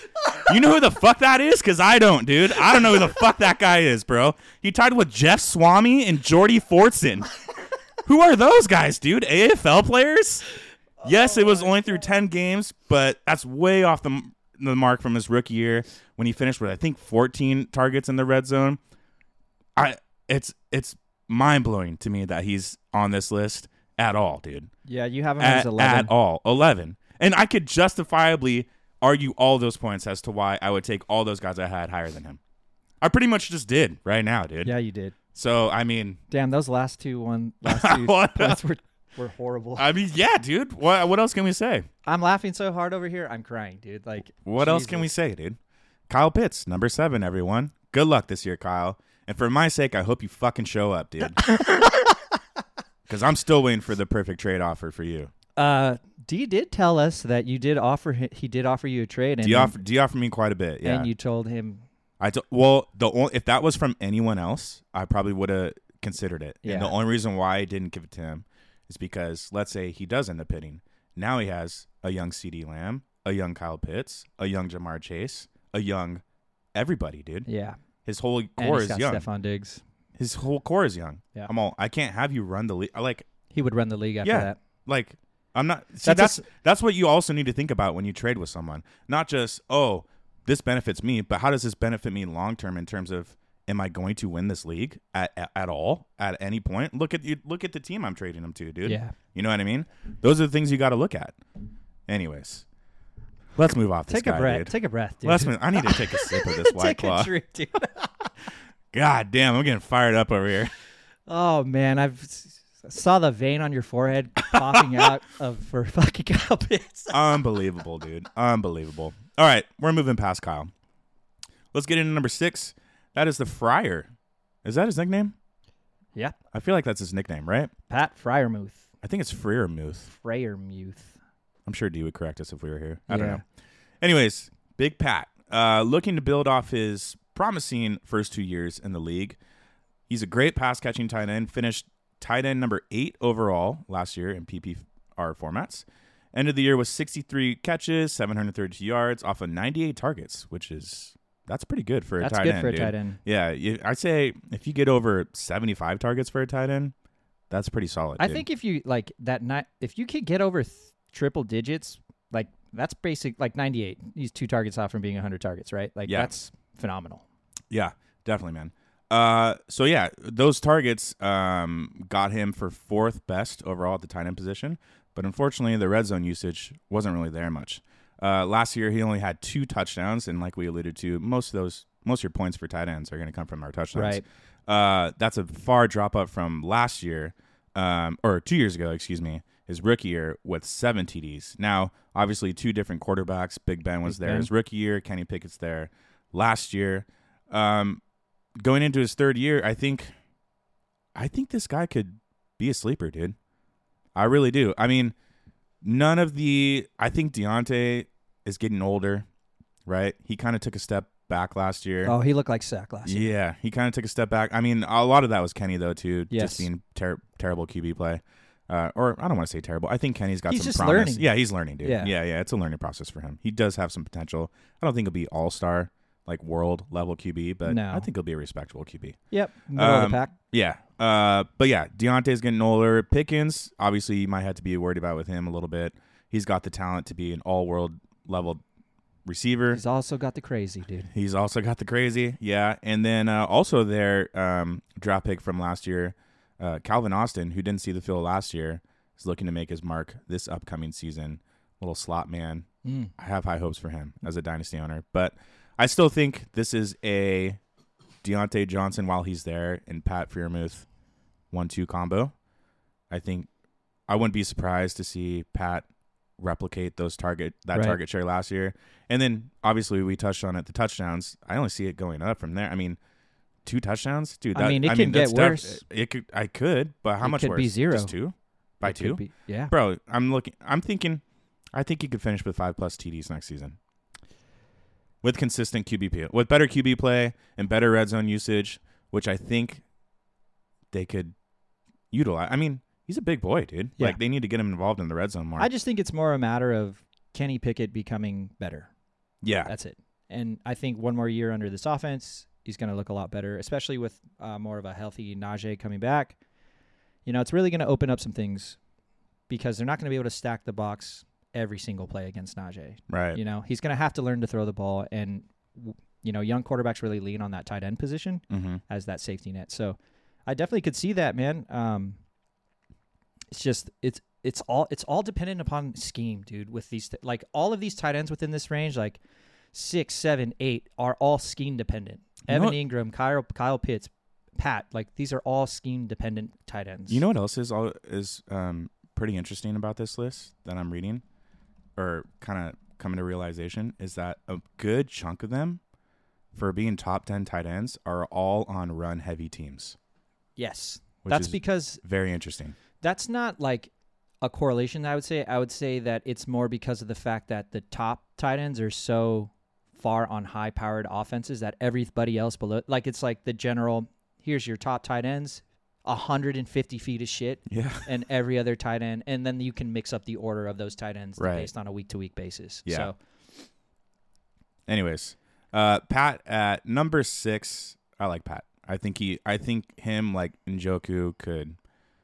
A: You know who the fuck that is? Cause I don't, dude. I don't know who the fuck that guy is, bro. He tied with Jeff Swami and Jordy Fortson. Who are those guys, dude? AFL players? Yes, it was only through 10 games, but that's way off the, the mark from his rookie year when he finished with I think 14 targets in the red zone. I it's it's mind-blowing to me that he's on this list at all, dude.
B: yeah, you have him as
A: At,
B: 11.
A: at all. 11. And I could justifiably argue all those points as to why I would take all those guys I had higher than him. I pretty much just did right now, dude.
B: Yeah, you did.
A: So, I mean,
B: Damn, those last two
A: <laughs>
B: one last two
A: What? <laughs>
B: points were, were horrible.
A: I mean, yeah, dude. What what else can we say?
B: I'm laughing so hard over here. I'm crying, dude. Like
A: What else can we
B: Jesus.
A: say, dude? Kyle Pitts, number seven, everyone. Good luck this year, Kyle. And for my sake, I hope you fucking show up,
B: <laughs>
A: dude. Because I'm still waiting for the perfect trade offer for you.
B: Uh, D did tell us that you did offer hi- he did offer you a trade and
A: Do you offer, do you offer me quite a bit? Yeah.
B: and you told him
A: I t- well, the only, if that was from anyone else, I probably would have considered it. And the
B: Yeah.
A: only reason why I didn't give it to him is because let's say he does end up hitting. Now he has a young CD Lamb, a young Kyle Pitts, a young Jamar Chase, a young everybody, dude.
B: Yeah.
A: His whole
B: And
A: core
B: he's
A: is
B: got
A: young.
B: Stephon Diggs.
A: His whole core is young.
B: Yeah.
A: I'm all I can't have you run the league. Like
B: He would run the league after
A: Yeah.
B: that.
A: like I'm not see,
B: That's a
A: that's
B: s-
A: that's, what you also need to think about when you trade with someone. Not just, oh, this benefits me, but how does this benefit me long term in terms of am I going to win this league at, at at all at any point? Look at you look at the team I'm trading them to, dude.
B: Yeah.
A: You know what I mean? Those are the things you gotta look at. Anyways. Let's move off this
B: Take a
A: guy,
B: breath.
A: dude.
B: Take a breath, dude. <laughs>
A: Let's move. I need to take a sip of this white
B: Take
A: claw.
B: a drink, dude.
A: God damn, I'm getting fired up over here.
B: Oh man, I've s- saw the vein on your forehead
A: <laughs>
B: popping out of for fucking <laughs> Calpits.
A: Unbelievable, dude. Unbelievable. All right, we're moving past Kyle. Let's get into number six. That is the Friar. Is that his nickname?
B: yeah,
A: I feel like that's his nickname, right?
B: Pat Fryermuth,
A: I think it's Freermuth.
B: Fryermuth.
A: I'm sure D would correct us if we were here. I don't
B: Yeah.
A: know. Anyways, Big Pat, uh, looking to build off his promising first two years in the league. He's a great pass catching tight end, finished tight end number eight overall last year in PPR formats. Ended the year with 63 catches, 732 yards off of 98 targets, which is that's pretty good for a
B: That's
A: tight
B: good
A: end.
B: for a
A: dude.
B: tight end.
A: Yeah, you, I'd say if you get over 75 targets for a tight end, that's pretty solid.
B: I
A: dude.
B: think if you like that night, if you could get over th- triple digits, like that's basic, like ninety eight. He's two targets off from being hundred targets, right? Like
A: Yeah.
B: that's phenomenal.
A: Yeah, definitely, man. Uh, so yeah, those targets um got him for fourth best overall at the tight end position, but unfortunately, the red zone usage wasn't really there much. Uh, last year he only had two touchdowns, and like we alluded to, most of those most of your points for tight ends are going to come from our touchdowns. Right. Uh, that's a far drop up from last year, um, or two years ago, excuse me, his rookie year with seven TDs. Now, obviously, two different quarterbacks. Big Ben was
B: Big
A: there
B: Ben.
A: his rookie year. Kenny Pickett's there last year. Um, going into his third year, I think, I think this guy could be a sleeper, dude. I really do. I mean, none of the. I think Deontay is getting older, right? He kind of took a step back last year.
B: Oh, he looked like sack last year.
A: yeah, he kind of took a step back. I mean, a lot of that was Kenny though, too.
B: Yes.
A: Just being ter- terrible QB play. Uh, or I don't want to say terrible. I think Kenny's got
B: He's
A: some
B: just
A: promise.
B: learning.
A: Yeah, he's learning, dude.
B: Yeah.
A: yeah, yeah. It's a learning process for him. He does have some potential. I don't think he'll be all star, like world level QB, but
B: No.
A: I think he'll be a respectable QB.
B: Yep, middle of
A: Um,
B: the pack.
A: Yeah. Uh, but yeah, Deontay's getting older. Pickens, obviously, you might have to be worried about with him a little bit. He's got the talent to be an all world level receiver.
B: He's also got the crazy dude.
A: He's also got the crazy. Yeah. And then uh, also their um, draft pick from last year, uh, Calvin Austin, who didn't see the field last year, is looking to make his mark this upcoming season. Little slot man.
B: Mm.
A: I have high hopes for him as a dynasty owner, but I still think this is a Deontay Johnson while he's there and Pat Freermuth one-two combo. I think I wouldn't be surprised to see Pat replicate those target that
B: Right.
A: target share last year, and then obviously we touched on it the touchdowns. I only see it going up from there. I mean, two touchdowns, dude.
B: I
A: That,
B: mean, it
A: I
B: can get
A: that's def-
B: worse.
A: It could, I could, but how
B: It
A: much
B: could
A: worse?
B: be zero.
A: Just two by
B: It could
A: two
B: be- yeah.
A: bro i'm looking i'm thinking i think he could finish with five plus td's next season with consistent qb play with better qb play and better red zone usage which i think they could utilize i mean he's a big boy dude
B: Yeah.
A: like they need to get him involved in the red zone more
B: I just think it's more a matter of Kenny Pickett becoming better.
A: yeah
B: That's it. And I think one more year under this offense, he's going to look a lot better, especially with uh, more of a healthy Najee coming back. You know, it's really going to open up some things because they're not going to be able to stack the box every single play against Najee.
A: right
B: You know, he's going to have to learn to throw the ball, and w- you know, young quarterbacks really lean on that tight end position
A: mm-hmm.
B: as that safety net. So I definitely could see that, man. Um, it's just it's it's all it's all dependent upon scheme, dude. With these like all of these tight ends within this range, like six, seven, eight, are all scheme dependent.
A: You know
B: Evan
A: what-
B: Ingram, Kyle Kyle Pitts, Pat, like these are all scheme dependent tight ends.
A: you know what else is all is um pretty interesting about this list that i'm reading or kind of coming to realization is that a good chunk of them for being top 10 tight ends are all on run heavy teams
B: Yes,
A: Which
B: that's
A: is-
B: because
A: Very interesting.
B: that's not like a correlation. I would say I would say that it's more because of the fact that the top tight ends are so far on high powered offenses that everybody else below like it's like the general here's your top tight ends 150 feet of shit
A: Yeah.
B: and every other tight end and then you can mix up the order of those tight ends
A: Right.
B: based on a week to week basis
A: Yeah.
B: so
A: <laughs> Anyways, uh, Pat at number six. I like Pat. I think he. I think him like Njoku could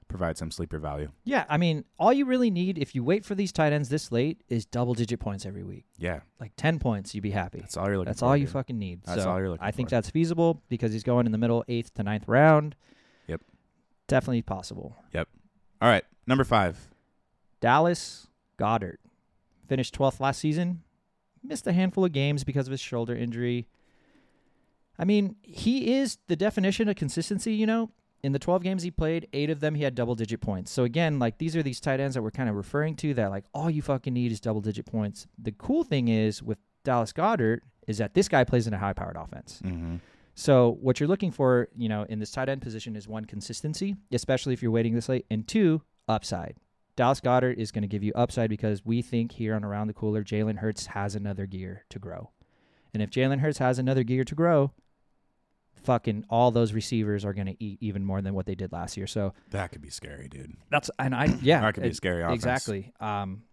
A: provide some sleeper value.
B: yeah i mean all you really need if you wait for these tight ends this late is double digit points every week
A: Yeah,
B: like 10 points you'd be happy
A: that's all you're looking.
B: That's
A: for,
B: all you
A: dude.
B: fucking need.
A: That's
B: so
A: all you're looking
B: I think
A: for.
B: that's feasible because he's going in the middle eighth to ninth round.
A: Yep.
B: Definitely possible.
A: All right, number five.
B: Dallas Goddard finished 12th last season, missed a handful of games because of his shoulder injury. I mean, he is the definition of consistency, you know. In the 12 games he played, eight of them he had double digit points. So again, like these are these tight ends that we're kind of referring to that like all you fucking need is double digit points. The cool thing is with Dallas Goddard is that this guy plays in a high powered offense.
A: Mm-hmm.
B: So what you're looking for, you know, in this tight end position is one consistency, especially if you're waiting this late, and two upside. Dallas Goddard is going to give you upside because we think here on Around the Cooler, Jalen Hurts has another gear to grow, and if Jalen Hurts has another gear to grow, fucking all those receivers are going to eat even more than what they did last year. So
A: That could be scary, dude.
B: that's and I yeah
A: that could be
B: it-
A: a scary offense.
B: Exactly. Um,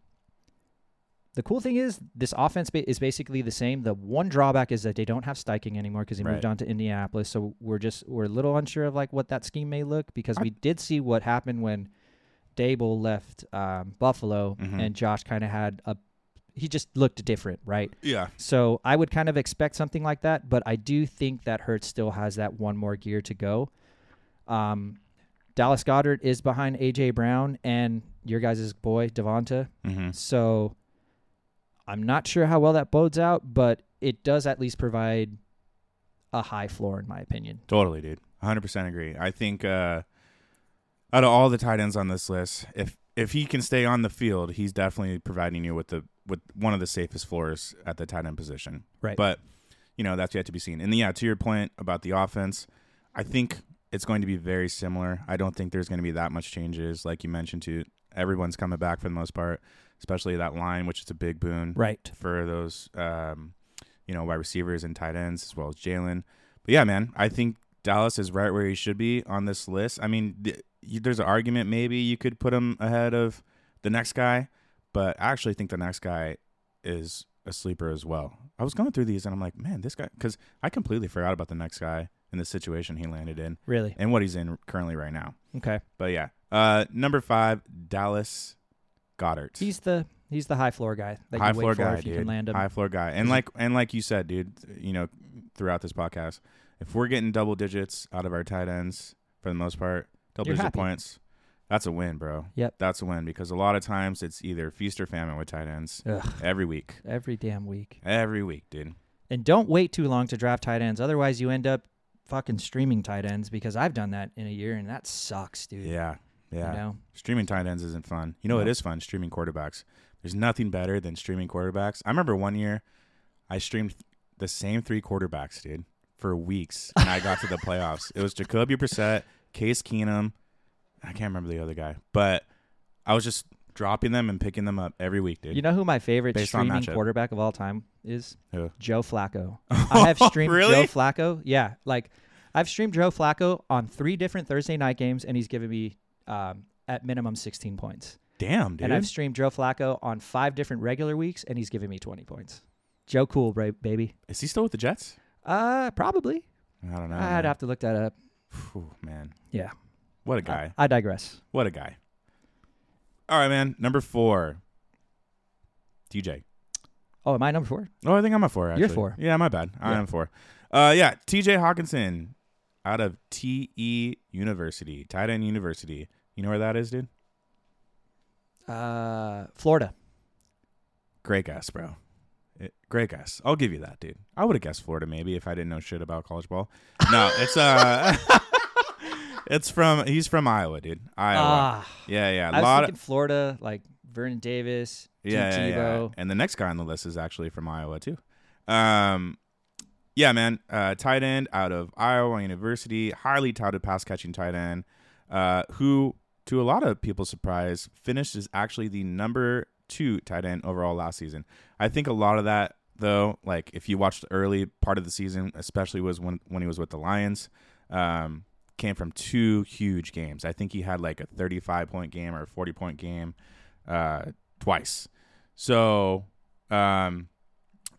B: the cool thing is this offense ba- is basically the same. The one drawback is that they don't have Steichen anymore because he moved
A: Right.
B: on to Indianapolis. So we're just we're a little unsure of like what that scheme may look because
A: I-
B: we did see what happened when Dable left um, Buffalo
A: Mhm.
B: and Josh kind of had a he just looked different, right?
A: Yeah.
B: So I would kind of expect something like that, but I do think that Hertz still has that one more gear to go. Um, Dallas Goddard is behind AJ Brown and your guys' boy Devonta,
A: Mm-hmm.
B: so I'm not sure how well that bodes out, but it does at least provide a high floor in my opinion.
A: Totally, dude. 100% agree. I think uh, out of all the tight ends on this list, if if he can stay on the field, he's definitely providing you with the with one of the safest floors at the tight end position.
B: Right.
A: But you know that's yet to be seen. And yeah, to your point about the offense, I think it's going to be very similar. I don't think there's going to be that much changes, like you mentioned. To everyone's coming back for the most part, especially that line, which is a big boon
B: Right.
A: for those um, you know wide receivers and tight ends as well as Jalen. But yeah, man, I think Dallas is right where he should be on this list. I mean, th- you, there's an argument maybe you could put him ahead of the next guy, but I actually think the next guy is a sleeper as well. I was going through these and I'm like, man, this guy because I completely forgot about the next guy and the situation he landed in
B: Really.
A: and what he's in currently right now.
B: Okay.
A: But yeah, uh, number five, Dallas Goddard
B: He's the he's the high floor guy that
A: high
B: you wait
A: floor
B: for
A: guy,
B: if you
A: dude.
B: can land him.
A: High floor guy, and like and like you said, dude. You know, throughout this podcast, if we're getting double digits out of our tight ends for the most part, double
B: You're
A: digit
B: happy.
A: points, that's a win, bro.
B: Yep.
A: that's a win because a lot of times it's either feast or famine with tight ends
B: Ugh,
A: every week,
B: every damn week.
A: every week, dude.
B: And don't wait too long to draft tight ends. Otherwise, you end up fucking streaming tight ends because I've done that in a year and that sucks, dude.
A: Yeah, yeah.
B: You know?
A: Streaming tight ends isn't fun. You know, it
B: No.
A: is fun streaming quarterbacks. There's nothing better than streaming quarterbacks. I remember one year I streamed the same three quarterbacks, dude, for weeks, and I got to
B: <laughs>
A: the playoffs. It was Jacoby Brissett, Case Keenum. I can't remember the other guy, but I was just dropping them and picking them up every week, dude.
B: You know who my favorite
A: Based on
B: streaming
A: matchup.
B: quarterback of all time is?
A: Who? <laughs>
B: Joe Flacco. I have streamed
A: Really?
B: Joe Flacco. Yeah. Like I've streamed Joe Flacco on three different Thursday night games and he's given me um, at minimum 16 points.
A: Damn, dude.
B: And I've streamed Joe Flacco on five different regular weeks and he's given me 20 points. Joe Cool, bra- baby.
A: is he still with the Jets?
B: Uh, probably.
A: I don't know.
B: I'd
A: man.
B: have to look that up.
A: Phew, man.
B: Yeah. Uh,
A: What a guy.
B: I, I digress.
A: What a guy. All right, man. Number four, DJ.
B: Oh, am I number four?
A: Oh, I think I'm a four. Actually.
B: You're four.
A: Yeah, my bad. I
B: Yeah.
A: am four. Uh, yeah, T.J. Hawkinson, out of T.E. University, tight end university. You know where that is, dude?
B: Uh, Florida.
A: Great guess, bro. It- great guess. I'll give you that, dude. I would have guessed Florida maybe if I didn't know shit about college ball. No, it's uh, <laughs> it's from he's from Iowa, dude. Iowa.
B: Ah,
A: yeah, yeah.
B: I
A: A
B: was
A: lot.
B: thinking
A: Of,
B: Florida, like Vernon Davis,
A: yeah, yeah,
B: Tim
A: yeah.
B: Tebow.
A: And the next guy on the list is actually from Iowa too. Um, Yeah, man. Uh, tight end out of Iowa University, highly touted pass catching tight end, uh, who, to a lot of people's surprise, finished as actually the number two tight end overall last season. I think a lot of that though. Like if you watched the early part of the season, especially was when when he was with the Lions, um, came from two huge games. I think he had like a 35 point game or a 40 point game uh, twice. So, um,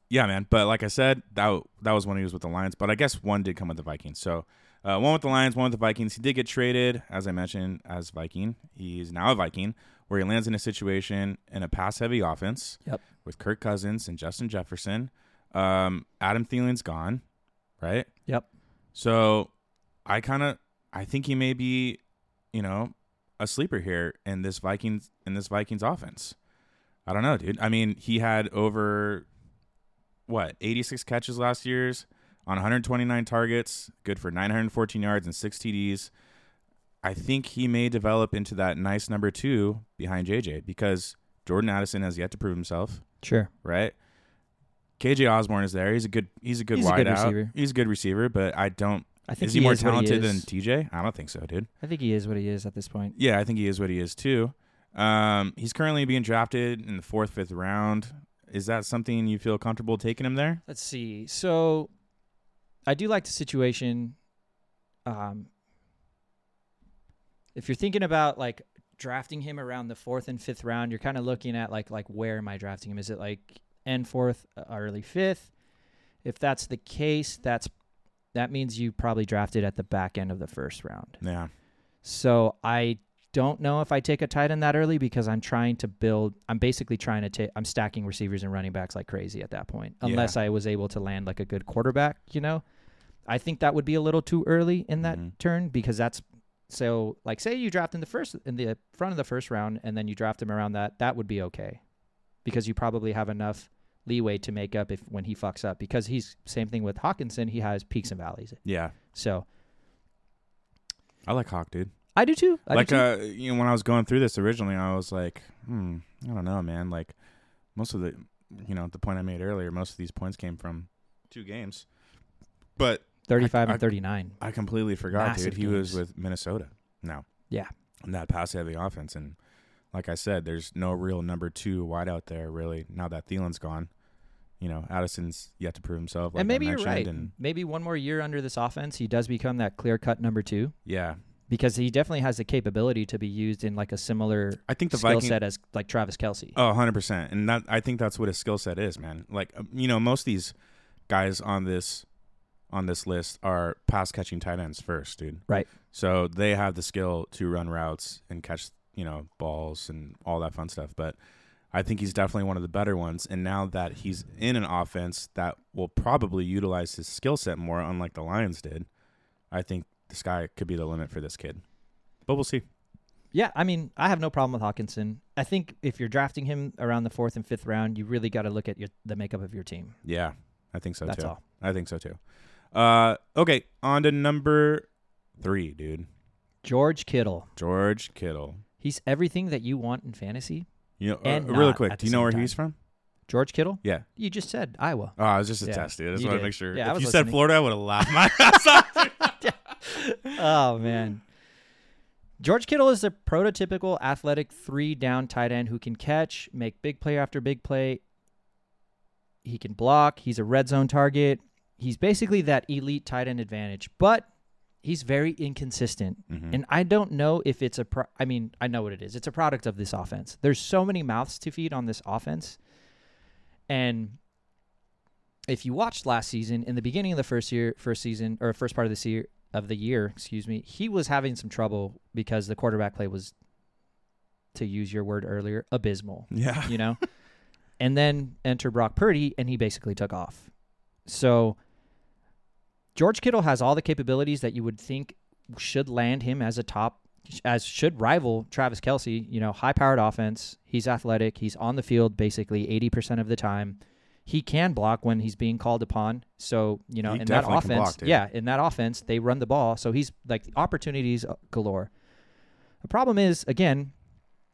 A: yeah, man. But like I said, that w- that was when he was with the Lions. But I guess one did come with the Vikings. So. Uh, one with the Lions, one with the Vikings. He did get traded, as I mentioned, as Viking. He's now a Viking, where he lands in a situation in a pass-heavy offense
B: Yep.
A: with Kirk Cousins and Justin Jefferson. Um, Adam Thielen's gone, right?
B: Yep.
A: So I kind of I think he may be, you know, a sleeper here in this Vikings in this Vikings offense. I don't know, dude. I mean, he had over what 86 catches last year's on 129 targets, good for 914 yards and six TDs. I think he may develop into that nice number two behind JJ because Jordan Addison has yet to prove himself
B: Sure.
A: right? KJ Osborne is there. He's a good. He's a good
B: He's a
A: wideout.
B: good receiver.
A: He's a good receiver, but I don't.
B: I think
A: is he, more
B: what
A: talented
B: is.
A: than TJ? I don't think so, dude.
B: I think he is what he is at this point.
A: Yeah, I think he is what he is too. Um, he's currently being drafted in the fourth, fifth round. Is that something you feel comfortable taking him there?
B: Let's see. So, I do like the situation. Um, if you're thinking about like drafting him around the fourth and fifth round, you're kind of looking at like like where am I drafting him? Is it like end fourth, uh, early fifth? If that's the case, that's that means you probably drafted at the back end of the first round.
A: Yeah,
B: So I don't know if I take a tight end that early because I'm trying to build. I'm basically trying to take. I'm stacking receivers and running backs like crazy at that point.
A: Yeah.
B: Unless I was able to land like a good quarterback, you know. I think that would be a little too early in that
A: Mhm.
B: turn because that's so. Like, say you draft in the first in the front of the first round, and then you draft him around that. That would be okay because you probably have enough leeway to make up if when he fucks up because he's same thing with Hawkinson. He has peaks and valleys.
A: yeah.
B: So
A: I like Hawk, dude.
B: I do too. I do
A: like,
B: too.
A: uh, you know, when I was going through this originally, I was like, hmm, I don't know, man. Like, most of the, you know, the point I made earlier, most of these points came from two games, but
B: 35
A: I-
B: and 39.
A: I completely forgot,
B: Massive
A: dude. He was
B: games.
A: with Minnesota now.
B: Yeah.
A: And that pass heavy offense. And like I said, there's no real number two wide out there, really, now that Thielen's gone. You know, Addison's yet to prove himself. Like
B: and maybe
A: I
B: you're
A: mentioned,
B: right.
A: And
B: maybe one more year under this offense, he does become that clear cut number two
A: yeah.
B: because he definitely has the capability to be used in like a similar
A: I think the
B: skill
A: Vikings.
B: set as like Travis Kelsey.
A: Oh, 100%. And that I think that's what his skill set is, man. Like, um, you know, most of these guys on this on this list are pass catching tight ends first, dude.
B: Right.
A: So they have the skill to run routes and catch, you know, balls and all that fun stuff, but I think he's definitely one of the better ones and now that he's in an offense that will probably utilize his skill set more unlike the Lions did, I think the sky could be the limit for this kid. But we'll see.
B: Yeah, I mean, I have no problem with Hawkinson. I think if you're drafting him around the fourth and fifth round, you really got to look at your, the makeup of your team.
A: Yeah. I think so
B: That's
A: too.
B: all.
A: I think so too. Uh, okay, on to number three, dude.
B: George Kittle.
A: George Kittle.
B: He's everything that you want in fantasy.
A: You know, uh,
B: And
A: really
B: not
A: quick.
B: at
A: Do
B: the
A: you know
B: same
A: where
B: time.
A: he's from?
B: George Kittle?
A: Yeah.
B: You just said Iowa.
A: Oh, it was just a
B: Yeah,
A: test, dude. I just
B: you
A: wanted to
B: did.
A: make sure.
B: Yeah, I
A: if
B: was
A: you said
B: listening.
A: Florida, I would have laughed <laughs> my
B: <laughs>
A: ass off.
B: oh man. George Kittle is the prototypical athletic three down tight end who can catch, make big play after big play. He can block. He's a red zone target. He's basically that elite tight end advantage, but he's very inconsistent.
A: Mhm.
B: And I don't know if it's a pro- I mean, I know what it is. It's a product of this offense. There's so many mouths to feed on this offense. And if you watched last season, in the beginning of the first year, first season or first part of this year of the year, excuse me, he was having some trouble because the quarterback play was to use your word earlier, abysmal <laughs>
A: yeah.
B: you know? and then enter Brock Purdy, and he basically took off. So George Kittle has all the capabilities that you would think should land him as a top, as should rival Travis Kelsey, you know, high powered offense. He's athletic. He's on the field basically 80% of the time. He can block when he's being called upon. So, you know,
A: He
B: in that
A: definitely can
B: offense,
A: block, dude.
B: yeah, in that offense, they run the ball. So he's like opportunities galore. The problem is, again,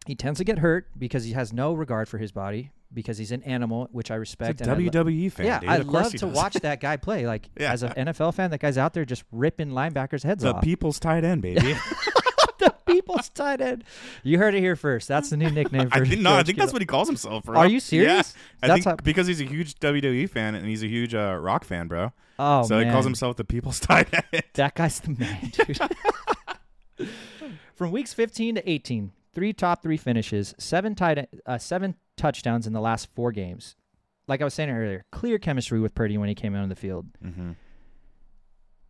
B: he tends to get hurt because he has no regard for his body because he's an animal, which I respect.
A: It's a
B: and I lo-
A: WWE E fan.
B: yeah,
A: dude.
B: I
A: Of course
B: love
A: he
B: to
A: does. <laughs>
B: watch that guy play. Like
A: Yeah.
B: as an NFL fan, that guy's out there just ripping linebackers' heads
A: the
B: off.
A: people's tight end, baby.
B: <laughs> people's tight end. You heard it here first. That's the new nickname
A: <laughs> <laughs>
B: for
A: I think, no, I
B: George
A: think that's
B: Kittle.
A: what he calls himself. Bro.
B: Are you
A: Yeah,
B: serious?
A: I
B: That's
A: think
B: how-
A: because he's a huge WWE fan and he's a huge uh, rock fan, bro.
B: Oh,
A: so he calls
B: man.
A: himself the People's <laughs> Tight End.
B: That guy's the man, dude. From weeks 15 to 18, three top three finishes, seven tied, uh, seven touchdowns in the last four games. Like I was saying earlier, clear chemistry with Purdy when he came out on the field.
A: Mhm.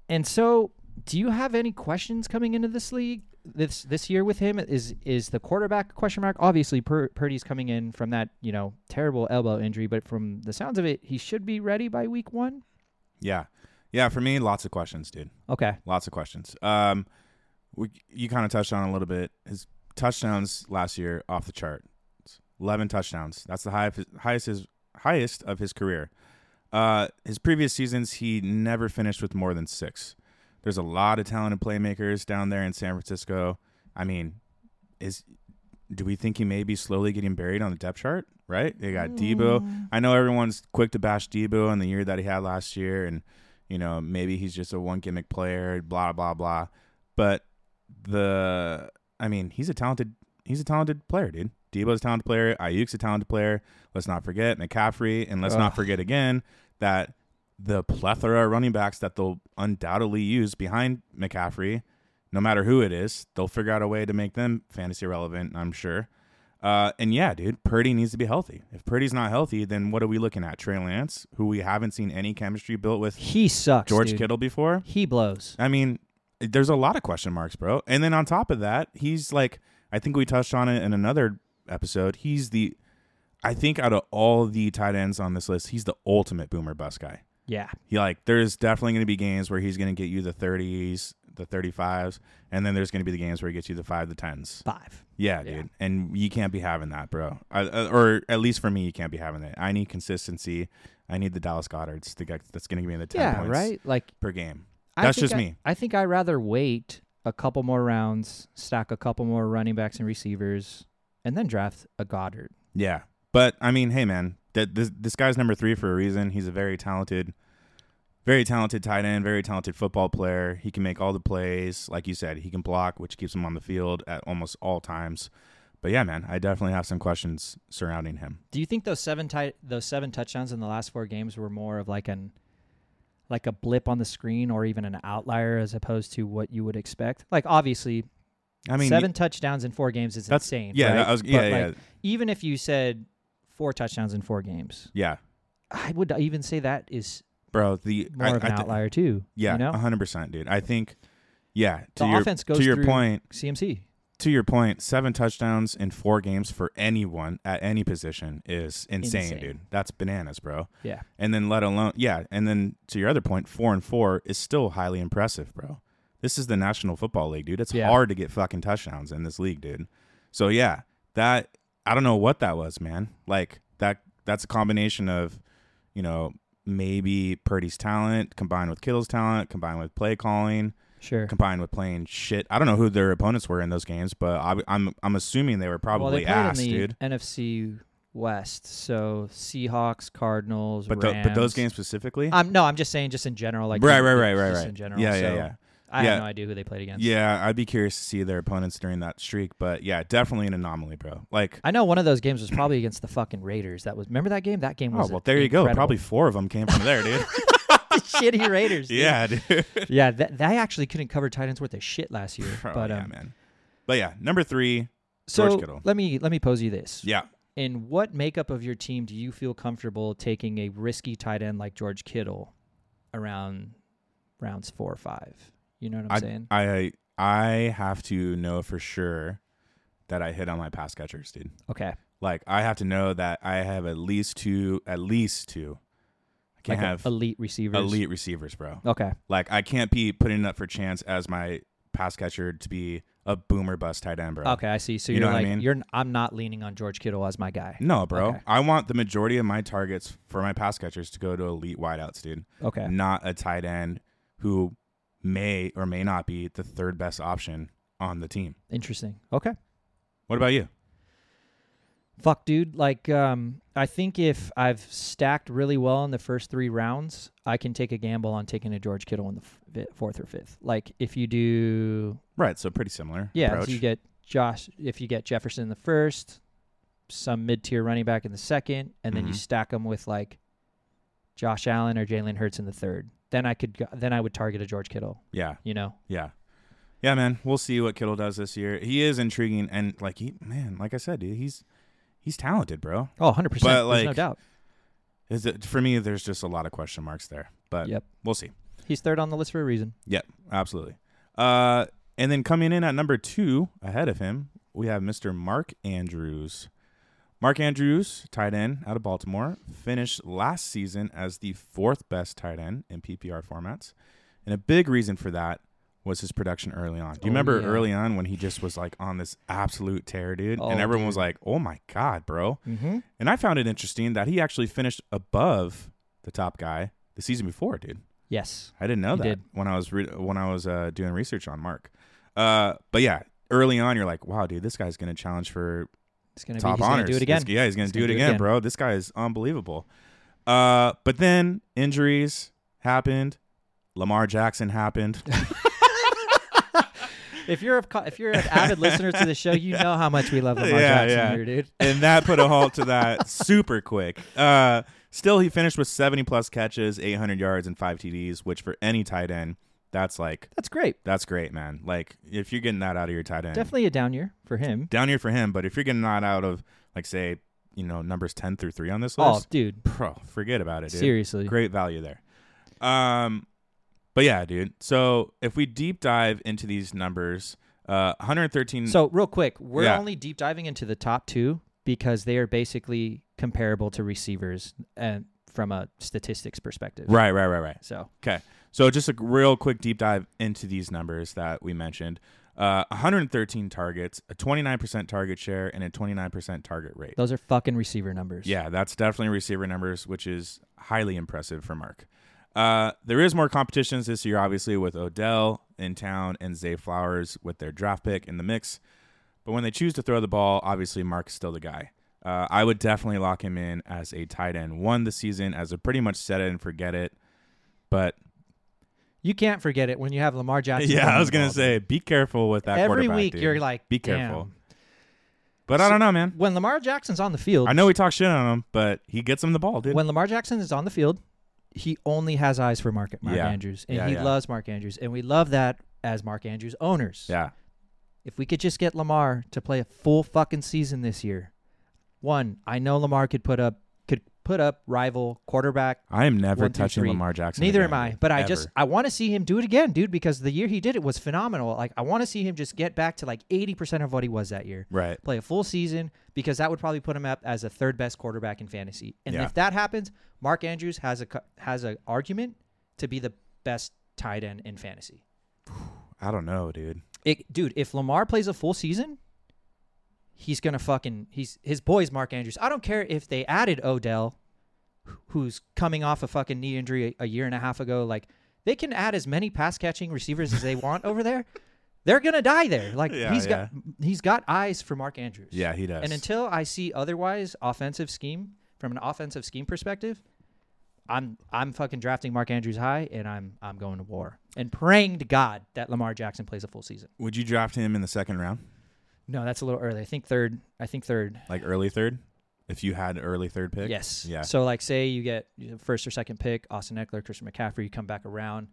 B: And so, do you have any questions coming into this league this this year with him? Is is the quarterback a question mark? Obviously, Pur- Purdy's coming in from that you know terrible elbow injury, but from the sounds of it, he should be ready by week one.
A: Yeah, yeah. For me, lots of questions, dude.
B: Okay.
A: Lots of questions. Um, we, you kind of touched on it a little bit his touchdowns last year off the chart. Eleven touchdowns. That's the high, highest his highest of his career. Uh, his previous seasons, he never finished with more than six. There's a lot of talented playmakers down there in San Francisco. I mean, is do we think he may be slowly getting buried on the depth chart? Right? They got Debo. I know everyone's quick to bash Debo and the year that he had last year, and you know maybe he's just a one gimmick player. Blah blah blah. But the I mean, he's a talented he's a talented player, dude. Debo's a talented player. Ayuk's a talented player. Let's not forget McCaffrey, and let's
B: Ugh.
A: not forget again that the plethora of running backs that they'll undoubtedly use behind McCaffrey, no matter who it is, they'll figure out a way to make them fantasy relevant. I'm sure. Uh, and yeah, dude, Purdy needs to be healthy. If Purdy's not healthy, then what are we looking at? Trey Lance, who we haven't seen any chemistry built with
B: He sucks.
A: George
B: dude.
A: Kittle before.
B: He blows.
A: I mean, there's a lot of question marks, bro. And then on top of that, he's like, I think we touched on it in another episode. He's the, I think out of all the tight ends on this list, he's the ultimate boomer bust guy.
B: Yeah.
A: He like, there's definitely going to be games where he's going to get you the 30s, the 35s, and then there's going to be the games where he gets you the five, the tens.
B: Five.
A: Yeah,
B: Yeah.
A: dude. And you can't be having that, bro. I, uh, or at least for me, you can't be having that. I need consistency. I need the Dallas Goddards, the guy that's going to give me the 10
B: Yeah.
A: points
B: Right. Like
A: per game.
B: I
A: That's
B: think
A: just
B: I-
A: me.
B: I think I'd rather wait a couple more rounds, stack a couple more running backs and receivers, and then draft a Goddard.
A: Yeah, but I mean, hey, man, that this this guy's number three for a reason. He's a very talented, very talented tight end, very talented football player. He can make all the plays, like you said. He can block, which keeps him on the field at almost all times. But yeah, man, I definitely have some questions surrounding him.
B: Do you think those seven ti- those seven touchdowns in the last four games were more of like an like a blip on the screen or even an outlier as opposed to what you would expect? Like obviously,
A: I mean,
B: seven touchdowns in four games is
A: That's-
B: insane.
A: yeah,
B: right?
A: that was-
B: But,
A: yeah, yeah.
B: like, Even if you said four touchdowns in four games,
A: yeah,
B: I would even say that is
A: bro. The
B: more
A: I-
B: of
A: I
B: an
A: thi-
B: outlier too.
A: yeah,
B: you know?
A: hundred percent, dude. I think, yeah. To
B: the
A: your
B: offense goes
A: to your
B: through
A: point,
B: CMC.
A: to your point, seven touchdowns in four games for anyone at any position is
B: Insane.
A: insane. dude. That's bananas, bro.
B: Yeah.
A: And then let alone yeah, and then to your other point, four and four is still highly impressive, bro. This is the National Football League, dude. It's
B: Yeah.
A: hard to get fucking touchdowns in this league, dude. So yeah, that I don't know what that was, man. Like that that's a combination of, you know, maybe Purdy's talent combined with Kittle's talent, combined with play calling,
B: Sure.
A: combined with playing shit. I don't know who their opponents were in those games, but I, I'm I'm assuming they were
B: well,
A: probably
B: they played
A: ass,
B: in the
A: dude.
B: NFC West, so Seahawks, Cardinals,
A: But tho- but
B: Rams.
A: those games specifically,
B: Um, no, I'm just saying, just in general, like
A: right,
B: just-
A: right, right, right,
B: just
A: right.
B: in general.
A: yeah, yeah,
B: so
A: yeah.
B: I
A: Yeah.
B: have no idea who they played against.
A: Yeah, I'd be curious to see their opponents during that streak, but yeah, definitely an anomaly, bro. Like,
B: I know one of those games was probably against the fucking Raiders. That was remember that game? That game
A: oh
B: was
A: well, there you go.
B: incredible.
A: Probably four of them came from there,
B: <laughs>
A: dude. <laughs>
B: shitty Raiders. dude.
A: yeah, dude.
B: yeah. That, they actually couldn't cover tight ends worth a shit last year.
A: Oh,
B: but
A: yeah,
B: um,
A: man. But yeah, number three. George
B: so
A: Kittle.
B: let me let me pose you this:
A: Yeah,
B: In what makeup of your team do you feel comfortable taking a risky tight end like George Kittle around rounds four or five? You know what I'm
A: I,
B: saying?
A: I I have to know for sure that I hit on my pass catchers, dude.
B: Okay.
A: Like, I have to know that I have at least two, at least two. I
B: Like
A: can't
B: a-
A: have
B: elite receivers.
A: elite receivers, bro.
B: Okay.
A: Like, I can't be putting it up for chance as my pass catcher to be a boomer bust tight end, bro.
B: Okay, I see. So
A: You
B: you are
A: know what I
B: like
A: mean?
B: you're. I'm not leaning on George Kittle as my guy.
A: No, bro.
B: Okay.
A: I want the majority of my targets for my pass catchers to go to elite wideouts, dude.
B: Okay.
A: Not a tight end who may or may not be the third best option on the team.
B: Interesting. Okay.
A: What about you?
B: Fuck, dude. Like, um, I think if I've stacked really well in the first three rounds, I can take a gamble on taking a George Kittle in the f- vi- fourth or fifth. Like, if you do,
A: Right. So pretty similar.
B: yeah,
A: Approach.
B: so you get Josh. If you get Jefferson in the first, some mid-tier running back in the second, and then you
A: Mhm.
B: stack them with like Josh Allen or Jalen Hurts in the third. Then I could, go, then I would target a George Kittle.
A: yeah.
B: You know,
A: Yeah. Yeah, man. We'll see what Kittle does this year. He is intriguing and like he man, like I said, dude, he's he's talented, bro.
B: oh, 100 percent.
A: But,
B: There's no
A: like,
B: doubt.
A: Is it for me there's just a lot of question marks there. But
B: Yep.
A: we'll see.
B: He's third on the list for a reason.
A: Yep, absolutely. Uh and then coming in at number two, ahead of him, we have Mr. Mark Andrews. Mark Andrews, tight end out of Baltimore, finished last season as the fourth best tight end in PPR formats. And a big reason for that was his production early on. Do you
B: Oh,
A: remember
B: yeah.
A: early on when he just was like on this absolute tear, dude?
B: Oh,
A: and everyone was like, oh my God, bro.
B: Mm-hmm.
A: And I found it interesting that he actually finished above the top guy the season before, dude.
B: Yes.
A: I didn't know
B: You
A: that
B: did.
A: when I was re- when I was uh, doing research on Mark. Uh, but yeah, early on, you're like, wow, dude, this guy's gonna challenge for
B: It's gonna
A: top
B: be. He's
A: honors.
B: gonna do it
A: This-
B: again.
A: yeah, he's gonna do it again, bro. This guy is unbelievable. Uh, but then injuries happened. Lamar Jackson
B: <laughs>
A: happened.
B: If you're a, co- if you're an
A: <laughs>
B: avid listener to the show, you know how much we love Lamar
A: Yeah,
B: Jackson
A: yeah.
B: here, dude.
A: and that put a halt to that super quick. Uh, still, he finished with 70 plus catches, 800 yards, and five TDs, which for any tight end, that's like
B: That's great.
A: that's great, man. Like if you're getting that out of your tight end,
B: Definitely a down year for him.
A: down here for him. But if you're getting not out of like say you know numbers ten through three on this
B: Oh,
A: list,
B: dude,
A: bro, forget about it. Dude.
B: seriously.
A: great value there. Um, but yeah, dude. So if we deep dive into these numbers, uh, 113.
B: So real quick, we're
A: Yeah.
B: only deep diving into the top two because they are basically comparable to receivers and from a statistics perspective.
A: right, right, right, right.
B: So
A: Okay. So just a real quick deep dive into these numbers that we mentioned. Uh, 113 targets, a 29% target share, and a 29% target rate.
B: those are fucking receiver numbers.
A: Yeah, that's definitely receiver numbers, which is highly impressive for Mark. Uh, there is more competitions this year, obviously, with Odell in town and Zay Flowers with their draft pick in the mix. But when they choose to throw the ball, obviously, Mark is still the guy. Uh, I would definitely lock him in as a tight end one this season, as a pretty much set it and forget it. But
B: You can't forget it when you have
A: <laughs>
B: Lamar Jackson.
A: yeah, I
B: running
A: was
B: the
A: gonna
B: ball.
A: say, be careful with that.
B: every
A: quarterback,
B: week
A: dude.
B: you're like,
A: be
B: "Damn."
A: careful. But I don't know, man.
B: When Lamar Jackson's on the field,
A: I know we talk shit on him, but he gets him the ball, dude.
B: when Lamar Jackson is on the field, he only has eyes for Mark, Mark
A: Yeah.
B: Andrews, and
A: Yeah,
B: he
A: yeah.
B: loves Mark Andrews, and we love that as Mark Andrews owners.
A: yeah,
B: If we could just get Lamar to play a full fucking season this year, one, I know Lamar could put up could put up rival quarterback.
A: I am never
B: One, two,
A: touching
B: three.
A: Lamar Jackson.
B: Neither
A: again,
B: am I,
A: dude.
B: but I
A: Ever.
B: just I want to see him do it again, dude, because the year he did it was phenomenal. Like I want to see him just get back to like eighty percent of what he was that year.
A: right.
B: play a full season because that would probably put him up as the third best quarterback in fantasy. And
A: Yeah.
B: if that happens, Mark Andrews has a co- has an argument to be the best tight end in fantasy.
A: I don't know, dude.
B: It, dude, if Lamar plays a full season, he's gonna fucking he's his boy's Mark Andrews. I don't care if they added Odell, wh- who's coming off a fucking knee injury a, a year and a half ago. Like they can add as many pass catching
A: <laughs>
B: receivers as they want over there. They're gonna die there. Like
A: Yeah,
B: he's got he's got eyes for Mark Andrews.
A: Yeah, he does.
B: And until I see otherwise, offensive scheme from an offensive scheme perspective, I'm I'm fucking drafting Mark Andrews high, and I'm I'm going to war and praying to God that Lamar Jackson plays a full season.
A: Would you draft him in the second round,
B: No, that's a little early. I think third. I think third.
A: like early third, if you had early third pick?
B: Yes.
A: Yeah.
B: So like, say you get you know, first or second pick, Austin Eckler, Christian McCaffrey. You come back around,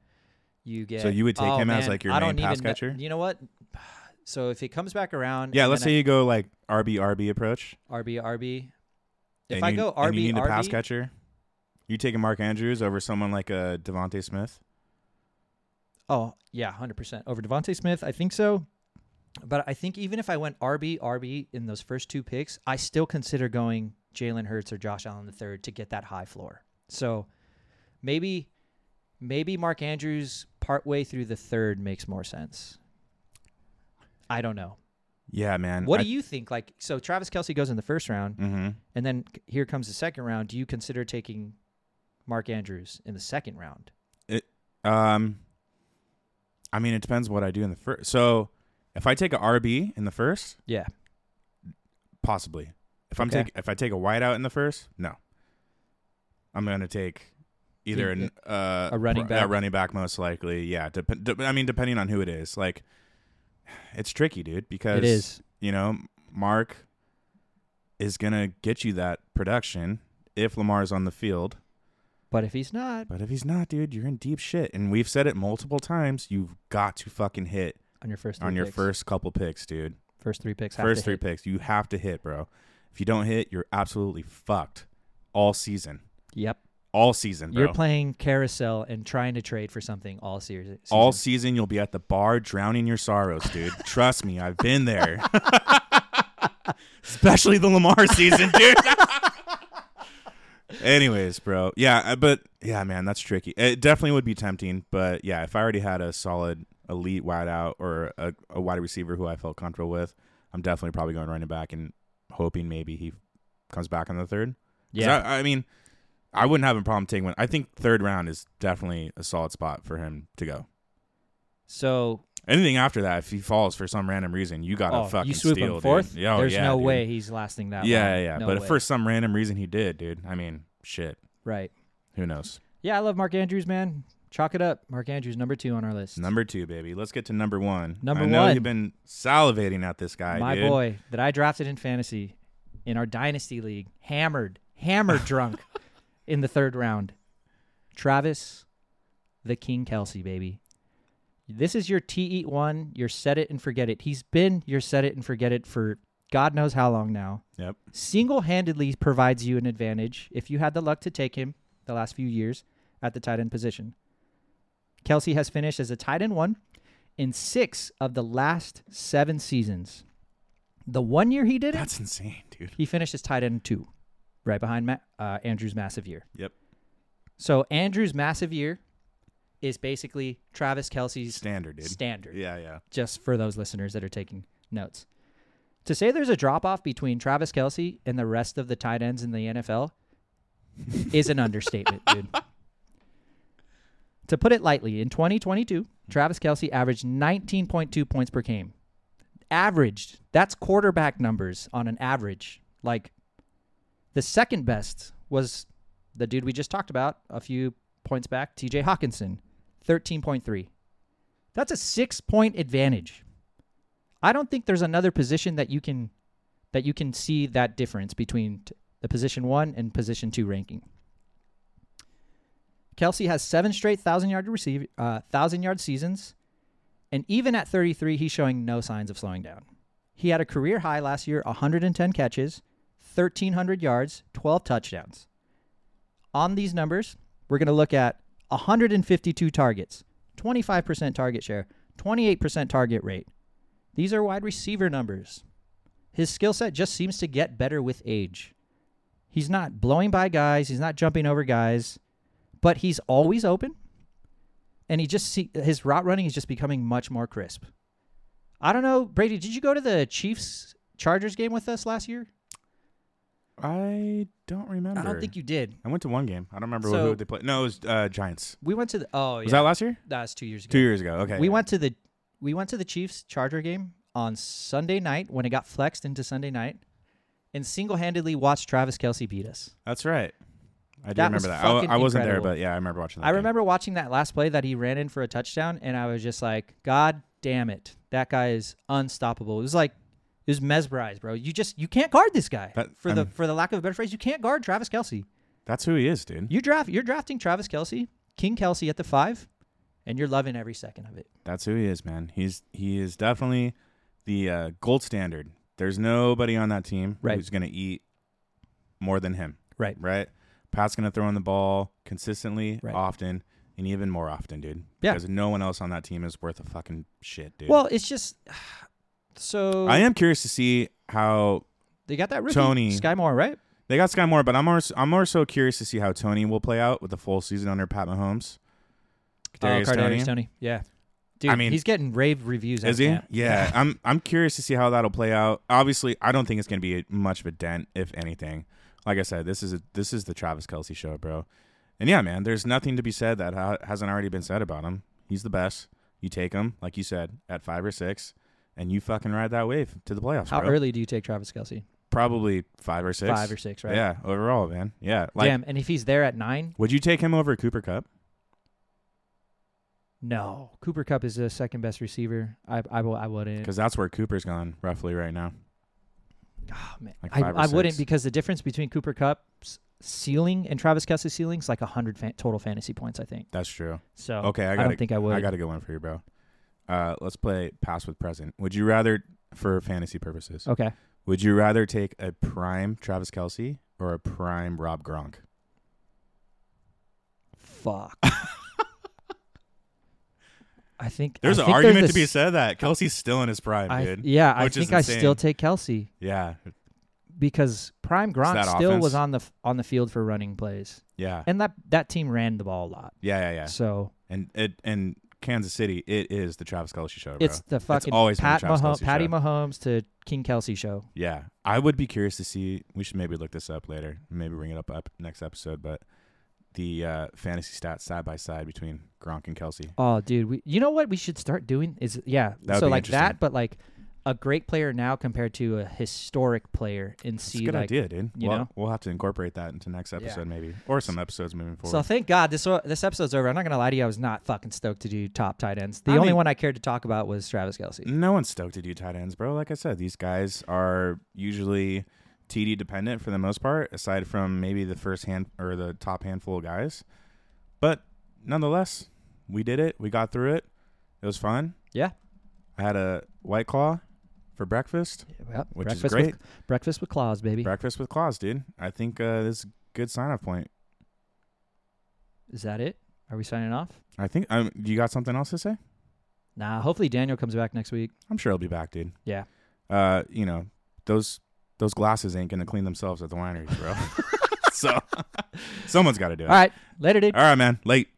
B: you get.
A: you would take
B: oh,
A: him as,
B: man,
A: like, your
B: I don't
A: main pass
B: even kn-
A: catcher?
B: You know what? <sighs> So if he comes back around,
A: Yeah.
B: and
A: Let's
B: then
A: say you go like RB RB approach.
B: I- RB RB. If
A: and
B: I
A: you-
B: go
A: and
B: RB
A: you need a pass
B: RB,
A: catcher. You taking Mark Andrews over someone like uh, Devonte Smith?
B: Oh yeah, hundred percent over Devonte Smith. I think so, but I think even if I went RB RB in those first two picks, I still consider going Jalen Hurts or Josh Allen the third to get that high floor. So maybe maybe Mark Andrews partway through the third makes more sense. I don't know.
A: Yeah, man.
B: What do you think? Like, so Travis Kelsey goes in the first round,
A: Mm-hmm.
B: and then c- here comes the second round. Do you consider taking Mark Andrews in the second round?
A: Um, I mean, it depends what I do in the first. So, if I take a RB in the first,
B: Yeah.
A: possibly. If I'm
B: Okay.
A: take if I take a whiteout in the first, no. I'm gonna take either an, uh,
B: A running
A: pro-
B: back?
A: a running back most likely. Yeah, dep- de- I mean depending on who it is. Like, it's tricky, dude, because
B: It is.
A: you know Mark is gonna get you that production if Lamar's on the field.
B: But if he's not
A: But if he's not, dude, you're in deep shit. And we've said it multiple times. You've got to fucking hit
B: on your first three
A: on your
B: picks,
A: first couple picks, dude.
B: first three picks, have to
A: First three
B: hit.
A: picks, you have to hit, bro. If you don't hit, you're absolutely fucked all season.
B: Yep.
A: All season, bro.
B: You're playing carousel and trying to trade for something all series.
A: all
B: season.
A: season, you'll be at the bar drowning your sorrows,
B: <laughs>
A: dude. Trust me, I've been there. Especially the Lamar season,
B: <laughs>
A: dude. Anyways, bro. Yeah, I- but yeah, man, that's tricky. It definitely would be tempting, but yeah, if I already had a solid elite wideout or a, a wide receiver who I felt comfortable with, I'm definitely probably going running back and hoping maybe he comes back on the third. 'Cause
B: yeah.
A: I, I mean, I wouldn't have a problem taking one. I think third round is definitely a solid spot for him to go.
B: so
A: Anything after that, if he falls for some random reason, you got to
B: oh,
A: fucking
B: you swoop
A: steal,
B: him fourth.
A: Dude. Yeah, oh,
B: There's
A: yeah,
B: no
A: dude.
B: way he's lasting that.
A: Yeah,
B: long.
A: yeah, yeah.
B: No
A: but
B: way.
A: if for some random reason he did, dude. I mean, shit.
B: right.
A: Who knows?
B: Yeah, I love Mark Andrews, man. Chalk it up. Mark Andrews, number two on our list.
A: Number two, baby. Let's get to number one.
B: Number
A: I know
B: one.
A: you've been salivating at this guy,
B: My
A: dude.
B: boy that I drafted in fantasy in our dynasty league, hammered,
A: <laughs>
B: hammered drunk in the third round. Travis, the King Kelsey, baby. This is your T eat one, your set it and forget it. He's been your set it and forget it for God knows how long now.
A: Yep.
B: Single handedly provides you an advantage if you had the luck to take him the last few years at the tight end position. Kelsey has finished as a tight end one in six of the last seven seasons. The one year he did it,
A: That's insane, dude.
B: he finished as tight end two, right behind Ma- uh, Andrew's massive year.
A: Yep.
B: So Andrew's massive year is basically Travis Kelsey's
A: Standard, dude.
B: standard
A: Yeah, yeah.
B: just for those listeners that are taking notes. To say there's a drop off between Travis Kelsey and the rest of the tight ends in the NFL is an understatement, dude. To put it lightly, in 2022, Travis Kelsey averaged 19.2 points per game. Averaged. That's quarterback numbers on an average. Like the second best was the dude we just talked about a few points back, TJ Hawkinson, 13.3. That's a six point advantage. I don't think there's another position that you can that you can see that difference between t- the position one and position two ranking. Kelsey has seven straight thousand yard receive uh, thousand yard seasons, and even at 33, he's showing no signs of slowing down. He had a career high last year, 110 catches, 1,300 yards, 12 touchdowns. On these numbers, we're going to look at 152 targets, 25% target share, 28% target rate. These are wide receiver numbers. His skill set just seems to get better with age. He's not blowing by guys, he's not jumping over guys, but he's always open. And he just see his route running is just becoming much more crisp. I don't know, Brady, did you go to the Chiefs Chargers game with us last year?
A: I don't remember.
B: I don't think you did.
A: I went to one game. I don't remember
B: So-
A: who they played. No, it was uh, Giants.
B: We went to the Oh,
A: Was
B: yeah.
A: that last year?
B: That was 2 years ago.
A: Two years ago. Okay.
B: We
A: yeah.
B: went to the we went to the Chiefs Charger game on Sunday night when it got flexed into Sunday night, and single handedly watched Travis Kelsey beat us.
A: That's right. I do
B: That was
A: remember that. I, wa-
B: fucking
A: I wasn't
B: incredible.
A: there, but yeah, I remember watching that.
B: I
A: game.
B: remember watching that last play that he ran in for a touchdown, and I was just like, God damn it, that guy is unstoppable. It was like it was mesmerized, bro. You just you can't guard this guy.
A: That-
B: for
A: I
B: the
A: mean-
B: for the lack of a better phrase, you can't guard Travis Kelsey.
A: That's who he is, dude.
B: You draft you're drafting Travis Kelsey, King Kelsey at the five, and you're loving every second of it.
A: That's who he is, man. He's he is definitely the uh, gold standard. There's nobody on that team
B: Right.
A: who's gonna eat more than him.
B: Right.
A: Right. Pat's gonna throw in the ball consistently,
B: Right.
A: often, and even more often, dude.
B: Yeah.
A: Because no one else on that team is worth a fucking shit, dude.
B: Well, it's just <sighs> so
A: I am curious to see how
B: They got that rookie
A: Tony.
B: Sky Moore, right?
A: They got Sky Moore, but I'm more I'm more so curious to see how Tony will play out with the full season under Pat Mahomes. Kadarius
B: oh,
A: Toney.
B: Kadarius Tony. Yeah. Dude,
A: I mean-
B: he's getting rave reviews. at
A: Is he?
B: camp.
A: Yeah, I'm I'm curious to see how that'll play out. Obviously, I don't think it's going to be much of a dent, if anything. Like I said, this is a, this is the Travis Kelsey show, bro. And yeah, man, there's nothing to be said that ha- hasn't already been said about him. He's the best. You take him, like you said, at five or six, and you fucking ride that wave to the playoffs,
B: How
A: bro.
B: early do you take Travis Kelsey?
A: probably five or six.
B: five or six, right?
A: Yeah, overall, man. Yeah. Like,
B: Damn. And if he's there at nine,
A: would you take him over Cooper Cup?
B: no. Cooper Cup is the second best receiver. I I, will- I wouldn't.
A: Because that's where Cooper's gone roughly right now.
B: Oh, man.
A: like
B: I,
A: five or
B: I wouldn't
A: six.
B: because the difference between Cooper Cup's ceiling and Travis Kelsey's ceiling is like hundred fan- total fantasy points. I think
A: That's true.
B: so.
A: Okay, I
B: Oh, I,
A: got
B: don't think I would.
A: I got a good one for you, bro. Uh, let's play past with present. Would you rather, for fantasy purposes,
B: okay.
A: would you rather take a prime Travis Kelsey or a prime Rob Gronk? <laughs>
B: Fuck. I think
A: There's
B: I
A: an
B: think they're
A: argument
B: the
A: to be
B: s-
A: said that Kelsey's still in his prime,
B: I,
A: dude.
B: yeah, I
A: Which is
B: think I still
A: insane.
B: take Kelsey
A: Yeah,
B: because Prime Gronk
A: that
B: still
A: offense.
B: was on the f- on the field for running plays,
A: yeah,
B: and that that team ran the ball a lot.
A: yeah, yeah, yeah.
B: So
A: And it and Kansas City, it is the Travis Kelsey show, bro.
B: it's the fucking
A: always been
B: Pat
A: Travis
B: Mahomes,
A: Kelce
B: Patty
A: show.
B: Mahomes to King Kelsey show.
A: Yeah, I would be curious to see. We should maybe look this up later. Maybe bring it up up next episode. But the uh, fantasy stats side by side between Gronk and Kelsey.
B: Oh, dude, we you know what we should start doing is yeah.
A: That would
B: so
A: be
B: like
A: interesting.
B: that, but like a great player now compared to a historic player, and
A: It's a
B: see
A: good
B: like.
A: idea, dude.
B: you
A: we'll,
B: know?
A: we'll have to incorporate that into next episode, maybe, or some episodes moving
B: So
A: forward.
B: thank God this this episode's over. I'm not gonna lie to you, I was not fucking stoked to do top tight ends. The
A: I
B: only
A: mean- Mm,
B: one I cared to talk about was Travis Kelsey.
A: no one's stoked to do tight ends, bro. Like I said, these guys are usually TD dependent for the most part, aside from maybe the first hand or the top handful of guys. But nonetheless, we did it. We got through it. It was fun.
B: Yeah.
A: I had a white claw for breakfast.
B: Yep.
A: Which is
B: breakfast
A: great.
B: With, breakfast with claws, baby.
A: Breakfast with claws, dude. I think uh, this is a good sign off point.
B: is that it? Are we signing off?
A: I think um, you got something else to say?
B: Nah. Hopefully Daniel comes back next week.
A: I'm sure he'll be back, dude.
B: Yeah.
A: Uh, you know, those those glasses ain't gonna clean themselves at the wineries, bro. <laughs> so <laughs> someone's gotta do it.
B: All right. Later, dude.
A: All right, man. Late.